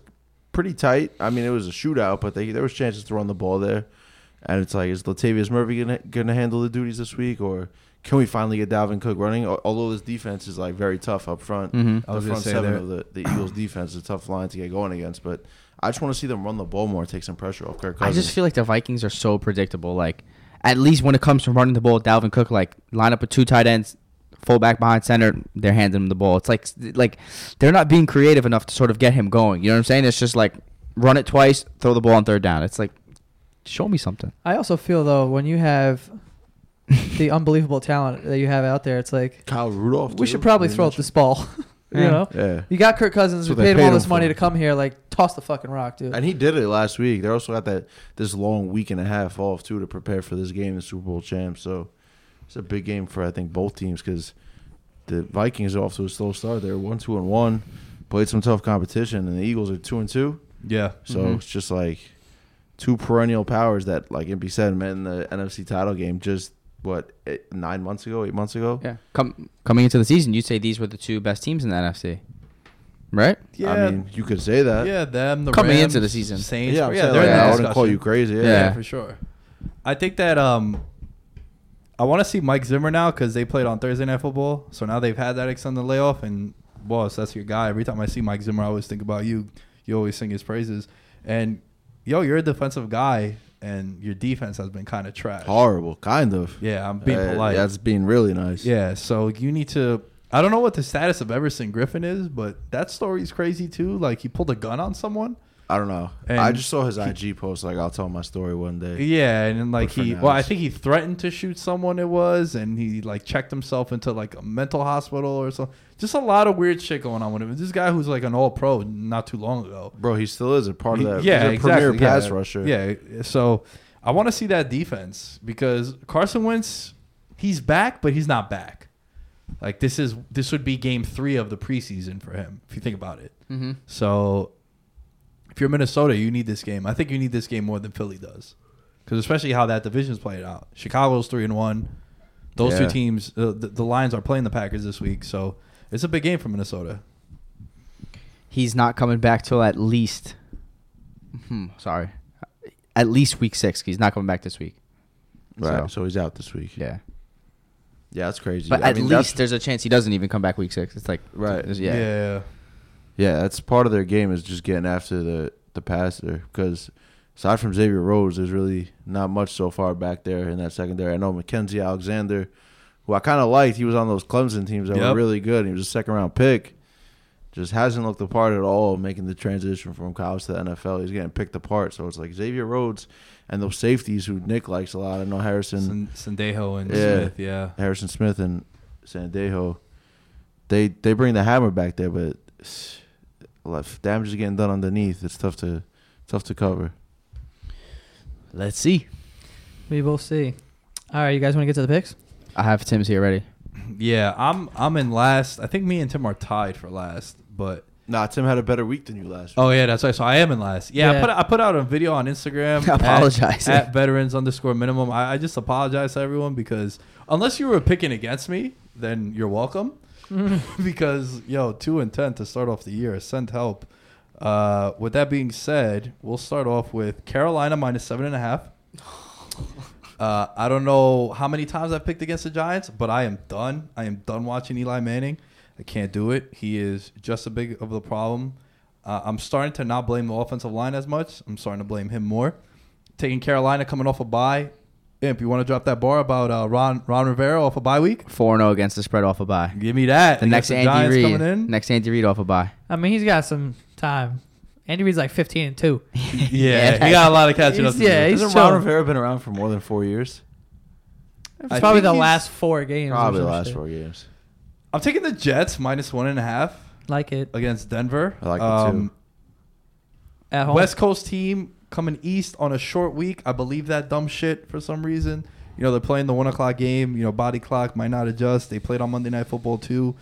[SPEAKER 5] pretty tight. I mean, it was a shootout, but they, there was chances to run the ball there. And it's like, is Latavius Murphy gonna, gonna handle the duties this week, or can we finally get Dalvin Cook running? Al- Although this defense is like very tough up front,
[SPEAKER 4] Mhm.
[SPEAKER 3] I
[SPEAKER 5] the
[SPEAKER 3] was gonna
[SPEAKER 5] front
[SPEAKER 3] say
[SPEAKER 5] seven
[SPEAKER 3] they're-
[SPEAKER 5] of the, the Eagles' defense is a tough line to get going against. But I just want to see them run the ball more, take some pressure off Kirk
[SPEAKER 4] I
[SPEAKER 5] Cousins.
[SPEAKER 4] just feel like the Vikings are so predictable. Like, at least when it comes to running the ball, Dalvin Cook, like, line up with two tight ends, fullback behind center, they're handing him the ball. It's like, like they're not being creative enough to sort of get him going. You know what I'm saying? It's just like, run it twice, throw the ball on third down. It's like, show me something.
[SPEAKER 6] I also feel, though, when you have the unbelievable talent that you have out there, it's like,
[SPEAKER 5] Kyle Rudolph. too,
[SPEAKER 6] we should probably
[SPEAKER 5] we
[SPEAKER 6] throw up
[SPEAKER 5] mentioned.
[SPEAKER 6] this ball. you
[SPEAKER 4] Yeah.
[SPEAKER 6] know?
[SPEAKER 5] Yeah,
[SPEAKER 6] You got Kirk Cousins. We
[SPEAKER 5] That's what
[SPEAKER 6] paid,
[SPEAKER 5] they
[SPEAKER 6] him
[SPEAKER 5] paid
[SPEAKER 6] all
[SPEAKER 5] him
[SPEAKER 6] this money
[SPEAKER 5] for.
[SPEAKER 6] to come here. Like, toss the fucking rock, dude.
[SPEAKER 5] and he did it last week. They also got that this long week and a half off too to prepare for this game, the Super Bowl champs. So it's a big game for I think both teams because the Vikings are off to a slow start. They're one two and one, played some tough competition, and the Eagles are two and two.
[SPEAKER 3] Yeah,
[SPEAKER 5] So it's just like two perennial powers that, like it be said, met in the NFC title game just what eight, nine months ago, eight months ago.
[SPEAKER 4] Yeah. Come, coming into the season, you'd say these were the two best teams in the NFC. right?
[SPEAKER 3] Yeah,
[SPEAKER 5] I mean, you could say that.
[SPEAKER 3] yeah, them. The
[SPEAKER 4] Coming
[SPEAKER 3] Rams,
[SPEAKER 4] into the season.
[SPEAKER 3] Saints.
[SPEAKER 5] yeah, I'm saying,
[SPEAKER 3] they're in
[SPEAKER 5] like,
[SPEAKER 3] the
[SPEAKER 5] I wouldn't
[SPEAKER 3] discussion.
[SPEAKER 5] call you crazy. Yeah,
[SPEAKER 4] Yeah.
[SPEAKER 3] yeah, for sure. I think that um, I want to see Mike Zimmer now because they played on Thursday Night Football, so now they've had that extended layoff. And boss, that's your guy. Every time I see Mike Zimmer, I always think about you. You always sing his praises. And yo, you're a defensive guy, and your defense has been kind of trash.
[SPEAKER 5] horrible, kind of.
[SPEAKER 3] Yeah, I'm being
[SPEAKER 5] Uh,
[SPEAKER 3] polite.
[SPEAKER 5] That's being really nice.
[SPEAKER 3] Yeah, so you need to. I don't know what the status of Everson Griffin is, but that story is crazy too. Like he pulled a gun on someone.
[SPEAKER 5] I don't know.
[SPEAKER 3] And
[SPEAKER 5] I just saw his IG post. Like, I'll tell my story one day.
[SPEAKER 3] Yeah, and then like
[SPEAKER 5] for
[SPEAKER 3] he,
[SPEAKER 5] now,
[SPEAKER 3] well, I
[SPEAKER 5] it's-
[SPEAKER 3] think he threatened to shoot someone. It was, and he like checked himself into like a mental hospital or something. Just a lot of weird shit going on with him. This guy who's like an All Pro not too long ago.
[SPEAKER 5] Bro, he still is a part of that.
[SPEAKER 3] yeah,
[SPEAKER 5] he's a
[SPEAKER 3] exactly.
[SPEAKER 5] premier pass
[SPEAKER 3] yeah.
[SPEAKER 5] rusher.
[SPEAKER 3] Yeah, so I want to see that defense because Carson Wentz, he's back, but he's not back. Like this is this would be game three of the preseason for him if you think about it.
[SPEAKER 4] Mhm.
[SPEAKER 3] So if you're Minnesota, you need this game. I think you need this game more than Philly does, because especially how that division's played out. Chicago's three and one. Those
[SPEAKER 5] Yeah.
[SPEAKER 3] two teams, uh, the, the Lions are playing the Packers this week, so it's a big game for Minnesota.
[SPEAKER 4] He's not coming back till at least. Hmm, sorry, at least week six. 'cause He's not coming back this week.
[SPEAKER 5] Right. So.
[SPEAKER 4] So-
[SPEAKER 5] he's out this week.
[SPEAKER 4] Yeah,
[SPEAKER 5] Yeah, that's crazy.
[SPEAKER 4] but
[SPEAKER 5] I
[SPEAKER 4] at
[SPEAKER 5] mean, that's-
[SPEAKER 4] least there's a chance he doesn't even come back week six. It's like
[SPEAKER 5] Right.
[SPEAKER 4] there's- Yeah.
[SPEAKER 5] Yeah, that's part of their game is just getting after the the passer because aside from Xavier Rhodes, there's really not much so far back there in that secondary. I know Mackenzie Alexander, who I kind of liked, he was on those Clemson teams that
[SPEAKER 3] Yep.
[SPEAKER 5] were really good. He was a second round pick. Just hasn't looked the part at all, making the transition from college to the NFL. He's getting picked apart. So it's like Xavier Rhodes and those safeties who Nick likes a lot. I know Harrison.
[SPEAKER 3] Sen- Sendejo and
[SPEAKER 5] Yeah.
[SPEAKER 3] Smith. Yeah,
[SPEAKER 5] Harrison Smith and Sandejo, they they bring the hammer back there, but s- like, damage is getting done underneath. It's tough to tough to cover.
[SPEAKER 4] Let's see.
[SPEAKER 6] We will see. All right, you guys want to get to the picks?
[SPEAKER 4] I have Tim's here already.
[SPEAKER 3] Yeah, I'm I'm in last. I think me and Tim are tied for last, but
[SPEAKER 5] Nah, Tim had a better week than you last.
[SPEAKER 3] oh yeah, that's right. So I am in last. Yeah,
[SPEAKER 6] Yeah.
[SPEAKER 3] I put I put out a video on Instagram.
[SPEAKER 4] I
[SPEAKER 3] at-
[SPEAKER 4] apologize.
[SPEAKER 3] at, veterans underscore minimum. I, I just apologize to everyone because unless you were picking against me, then you're welcome. because yo, two and ten to start off the year. Send help. Uh, with that being said, we'll start off with Carolina minus seven and a half. Uh, I don't know how many times I've picked against the Giants, but I am done. I am done watching Eli Manning. I can't do it. He is just as big of a problem. Uh, I'm starting to not blame the offensive line as much. I'm starting to blame him more. Taking Carolina coming off a bye. Imp, you want to drop that bar about uh, Ron Ron Rivera off a bye week?
[SPEAKER 4] Four zero against the spread off a bye.
[SPEAKER 3] Give me that.
[SPEAKER 4] The
[SPEAKER 3] Against
[SPEAKER 4] next
[SPEAKER 3] the Giants
[SPEAKER 4] Andy Reid.
[SPEAKER 3] coming in.
[SPEAKER 4] Next Andy Reid off a bye.
[SPEAKER 6] I mean, he's got some time. Andy Reid's like 15 and 2.
[SPEAKER 3] yeah,
[SPEAKER 4] Yeah.
[SPEAKER 3] he got a lot of catching up.
[SPEAKER 6] He's-
[SPEAKER 3] to do.
[SPEAKER 6] yeah, he's-
[SPEAKER 5] Hasn't
[SPEAKER 6] chilling.
[SPEAKER 5] Ron Rivera been around for more than four years?
[SPEAKER 6] It's
[SPEAKER 3] I
[SPEAKER 6] probably
[SPEAKER 3] think
[SPEAKER 6] the
[SPEAKER 3] he's-
[SPEAKER 6] last four games. or
[SPEAKER 5] Probably the
[SPEAKER 6] some
[SPEAKER 5] last
[SPEAKER 6] shit.
[SPEAKER 5] four games.
[SPEAKER 3] I'm taking the Jets minus one and a half
[SPEAKER 6] Like it
[SPEAKER 3] against Denver. Um,
[SPEAKER 5] I like it too.
[SPEAKER 6] at home.
[SPEAKER 3] West Coast team coming east on a short week. I believe that dumb shit for some reason. You know, they're playing the one o'clock game. You know, body clock might not adjust. They played on Monday Night Football too.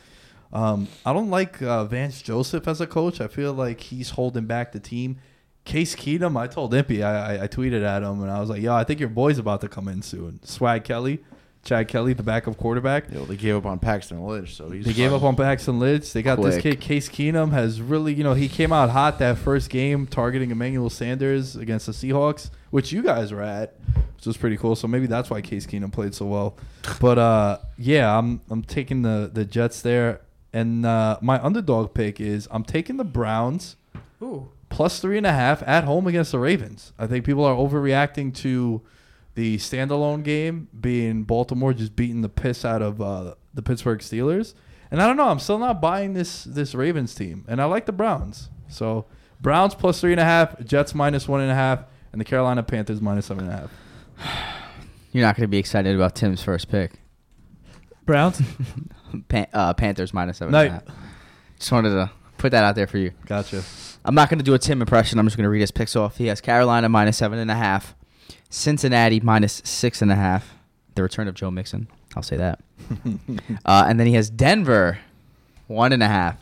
[SPEAKER 3] Um, I don't like uh, Vance Joseph as a coach. I feel like he's holding back the team. Case Keenum, I told Impy, I, I, I tweeted at him and I was like, yo, I think your boy's about to come in soon. Swag Kelly, Chad Kelly, the backup quarterback.
[SPEAKER 5] You know, they gave up on Paxton Lynch, so he's
[SPEAKER 3] They gave up
[SPEAKER 5] fucking-
[SPEAKER 3] on Paxton Lids. They got this kid,
[SPEAKER 4] Quick.
[SPEAKER 3] Case Keenum, has really, you know, he came out hot that first game targeting Emmanuel Sanders against the Seahawks, which you guys were at, which was pretty cool. So maybe that's why Case Keenum played so well. But uh, yeah, I'm I'm taking the the Jets there, and uh, my underdog pick is I'm taking the Browns
[SPEAKER 6] Ooh.
[SPEAKER 3] plus three and a half at home against the Ravens. I think people are overreacting to the standalone game being Baltimore just beating the piss out of uh, the Pittsburgh Steelers. And I don't know. I'm still not buying this this Ravens team, and I like the Browns. So Browns plus three and a half, Jets minus one and a half, and the Carolina Panthers minus seven and a half.
[SPEAKER 4] You're not going to be excited about Tim's first pick.
[SPEAKER 6] Browns.
[SPEAKER 4] Pan- uh, Panthers minus seven.
[SPEAKER 3] No.
[SPEAKER 4] and a half. Just wanted to put that out there for you.
[SPEAKER 3] Gotcha.
[SPEAKER 4] I'm not going to do a Tim impression. I'm just going to read his picks off. He has Carolina minus seven and a half, Cincinnati minus six and a half. The return of Joe Mixon. I'll say that. uh, and then he has Denver one and a half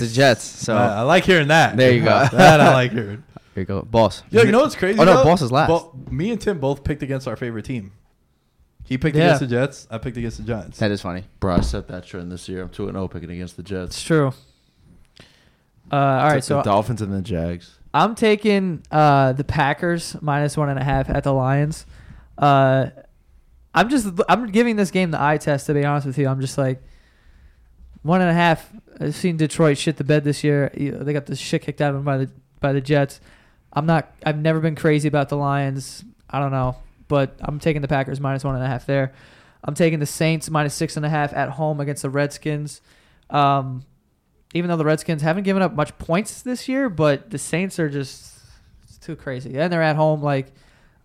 [SPEAKER 3] Nice.
[SPEAKER 4] the Jets. So
[SPEAKER 3] I, I like hearing that.
[SPEAKER 4] There you go.
[SPEAKER 3] that I like hearing.
[SPEAKER 4] here you go, boss.
[SPEAKER 3] Yo, you know what's crazy?
[SPEAKER 4] Oh, no,
[SPEAKER 3] though?
[SPEAKER 4] boss is last.
[SPEAKER 3] Bo- me and Tim both picked against our favorite team. He picked
[SPEAKER 6] Yeah.
[SPEAKER 3] against the Jets. I picked against the Giants.
[SPEAKER 4] That is funny.
[SPEAKER 5] oh Bro, I set that trend this year. I'm two and zero picking against the Jets.
[SPEAKER 6] It's true. Uh, all right, so
[SPEAKER 5] the Dolphins and the Jags.
[SPEAKER 6] I'm taking uh, the Packers minus one and a half at the Lions. Uh, I'm just I'm giving this game the eye test to be honest with you. I'm just like one and a half. I've seen Detroit shit the bed this year. You know, They got the shit kicked out of them by the by the Jets. I'm not. I've never been crazy about the Lions. I don't know, but I'm taking the Packers minus one and a half there. I'm taking the Saints minus six and a half at home against the Redskins. Um, even though the Redskins haven't given up much points this year, but the Saints are just it's too crazy. And they're at home. Like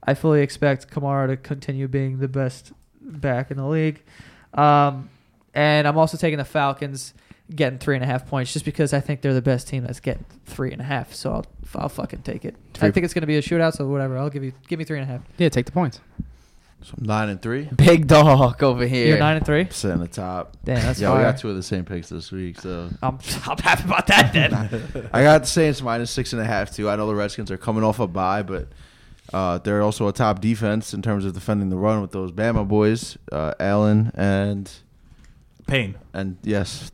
[SPEAKER 6] I fully expect Kamara to continue being the best back in the league. Um, and I'm also taking the Falcons getting three and a half points just because I think they're the best team that's getting three and a half. So I'll, I'll fucking take it. I
[SPEAKER 4] Three-
[SPEAKER 6] think it's gonna be a shootout. So whatever. I'll give you give me three and a half.
[SPEAKER 4] Yeah, take the points.
[SPEAKER 5] So I'm nine and three.
[SPEAKER 4] Big dog over here.
[SPEAKER 6] You're nine and three.
[SPEAKER 5] Sitting at the top.
[SPEAKER 6] Damn, that's
[SPEAKER 5] yeah. We
[SPEAKER 6] fire.
[SPEAKER 5] got two of the same picks this week, so
[SPEAKER 6] I'm, I'm happy about that then.
[SPEAKER 5] I got the Saints minus six and a half too. I know the Redskins are coming off a bye, but uh, they're also a top defense in terms of defending the run with those Bama boys, uh, Allen and
[SPEAKER 3] Pain.
[SPEAKER 5] and yes,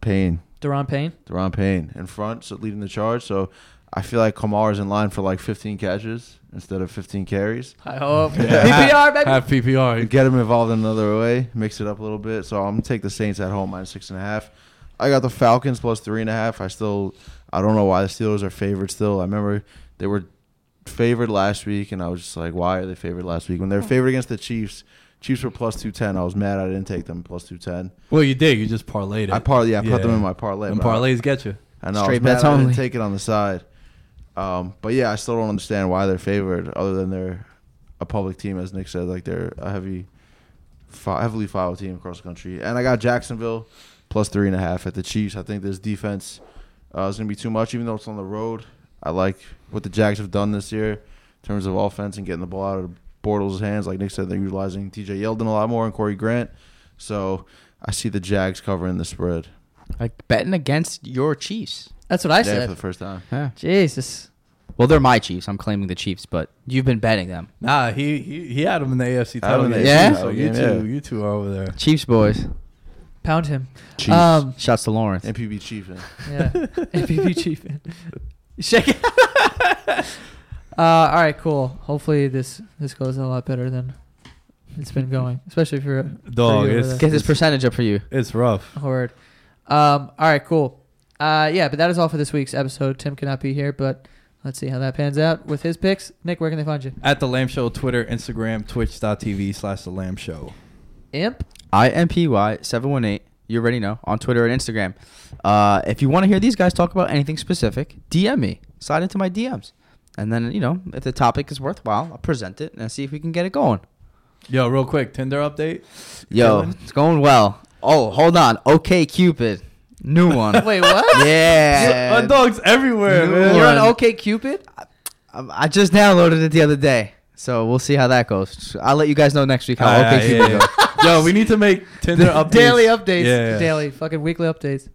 [SPEAKER 5] Payne,
[SPEAKER 6] Deron Payne.
[SPEAKER 5] Deron Payne in front, so leading the charge. So I feel like Kamara's in line for like 15 catches instead of 15 carries.
[SPEAKER 6] I hope. PPR baby.
[SPEAKER 3] Have PPR.
[SPEAKER 5] Get them involved in another way, mix it up a little bit. So I'm gonna take the Saints at home minus six and a half. I got the Falcons plus three and a half. I still, I don't know why the Steelers are favored. Still, I remember they were favored last week, and I was just like, why are they favored last week when they're favored against the Chiefs? Chiefs were plus two ten. I was mad I didn't take them plus two ten.
[SPEAKER 3] Well, you did. You just parlayed it.
[SPEAKER 5] I parlay, yeah, I put them in my parlay.
[SPEAKER 3] And
[SPEAKER 5] but I-
[SPEAKER 3] parlays get you.
[SPEAKER 5] I know.
[SPEAKER 4] Straight
[SPEAKER 5] I was
[SPEAKER 4] bets
[SPEAKER 5] mad I didn't
[SPEAKER 4] only.
[SPEAKER 5] take it on the side. Um, but yeah, I still don't understand why they're favored, other than they're a public team, as Nick said. Like they're a heavy, fi- heavily filed team across the country. And I got Jacksonville plus three and a half at the Chiefs. I think this defense uh, is going to be too much, even though it's on the road. I like what the Jags have done this year in terms of offense and getting the ball out of Bortles' hands. Like Nick said, they're utilizing T.J. Yeldon a lot more and Corey Grant. So I see the Jags covering the spread.
[SPEAKER 4] Like betting against your Chiefs.
[SPEAKER 6] That's what I
[SPEAKER 5] Yeah, for
[SPEAKER 6] said.
[SPEAKER 5] the first time.
[SPEAKER 6] Jesus.
[SPEAKER 4] Well, they're my Chiefs. I'm claiming the Chiefs, but you've been betting them.
[SPEAKER 3] Nah, he, he he had him in the AFC
[SPEAKER 5] Had
[SPEAKER 3] title
[SPEAKER 5] him in
[SPEAKER 3] game.
[SPEAKER 4] the
[SPEAKER 3] So
[SPEAKER 4] AFC
[SPEAKER 5] title
[SPEAKER 3] you
[SPEAKER 5] game,
[SPEAKER 3] two,
[SPEAKER 5] yeah.
[SPEAKER 3] you two are over there.
[SPEAKER 4] Chiefs boys.
[SPEAKER 6] Pound him.
[SPEAKER 5] Chiefs.
[SPEAKER 6] Um,
[SPEAKER 4] Shouts to Lawrence.
[SPEAKER 5] MPB Chief. man.
[SPEAKER 6] yeah. MPP chief. man. Shake it. uh, all right, cool. Hopefully this this goes a lot better than it's been going, especially if you're a
[SPEAKER 3] Dog,
[SPEAKER 6] you over
[SPEAKER 3] it's,
[SPEAKER 4] Get this
[SPEAKER 3] it's,
[SPEAKER 4] percentage up for you.
[SPEAKER 3] it's rough.
[SPEAKER 6] Horde. Um, all right, cool. Uh, yeah, but that is all for this week's episode. Tim cannot be here, but let's see how that pans out with his picks. Nick, where can they find you?
[SPEAKER 3] At the Lamb Show, Twitter, Instagram, twitch.tv slash the Lamb Show.
[SPEAKER 6] Imp.
[SPEAKER 4] IMPY718. You already know on Twitter and Instagram. Uh, if you want to hear these guys talk about anything specific, DM me. Slide into my DMs. And then, you know, if the topic is worthwhile, I'll present it and see if we can get it going.
[SPEAKER 3] Yo, real quick, Tinder update.
[SPEAKER 4] Yo,
[SPEAKER 3] Dylan?
[SPEAKER 4] it's going well. Oh, hold on. Okay, Cupid. New one.
[SPEAKER 6] Wait, what?
[SPEAKER 3] My
[SPEAKER 4] yeah.
[SPEAKER 3] dog's everywhere,
[SPEAKER 4] New
[SPEAKER 3] man.
[SPEAKER 6] You're on
[SPEAKER 4] one.
[SPEAKER 6] OK Cupid?
[SPEAKER 4] I I just downloaded it the other day. So we'll see how that goes. I'll let you guys know next week how
[SPEAKER 3] Ah,
[SPEAKER 4] okay Cupid
[SPEAKER 3] yeah,
[SPEAKER 4] goes.
[SPEAKER 3] yeah. Yo, we need to make Tinder updates.
[SPEAKER 6] Daily updates.
[SPEAKER 3] Yeah, yeah.
[SPEAKER 6] Daily, fucking weekly updates.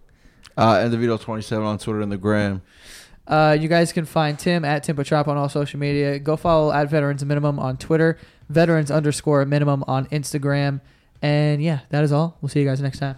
[SPEAKER 5] Uh, Individual27 on Twitter and the gram.
[SPEAKER 6] Uh, you guys can find Tim at Tempo Chop on all social media. Go follow at Veterans Minimum on Twitter, Veterans underscore Minimum on Instagram. And yeah, that is all. We'll see you guys next time.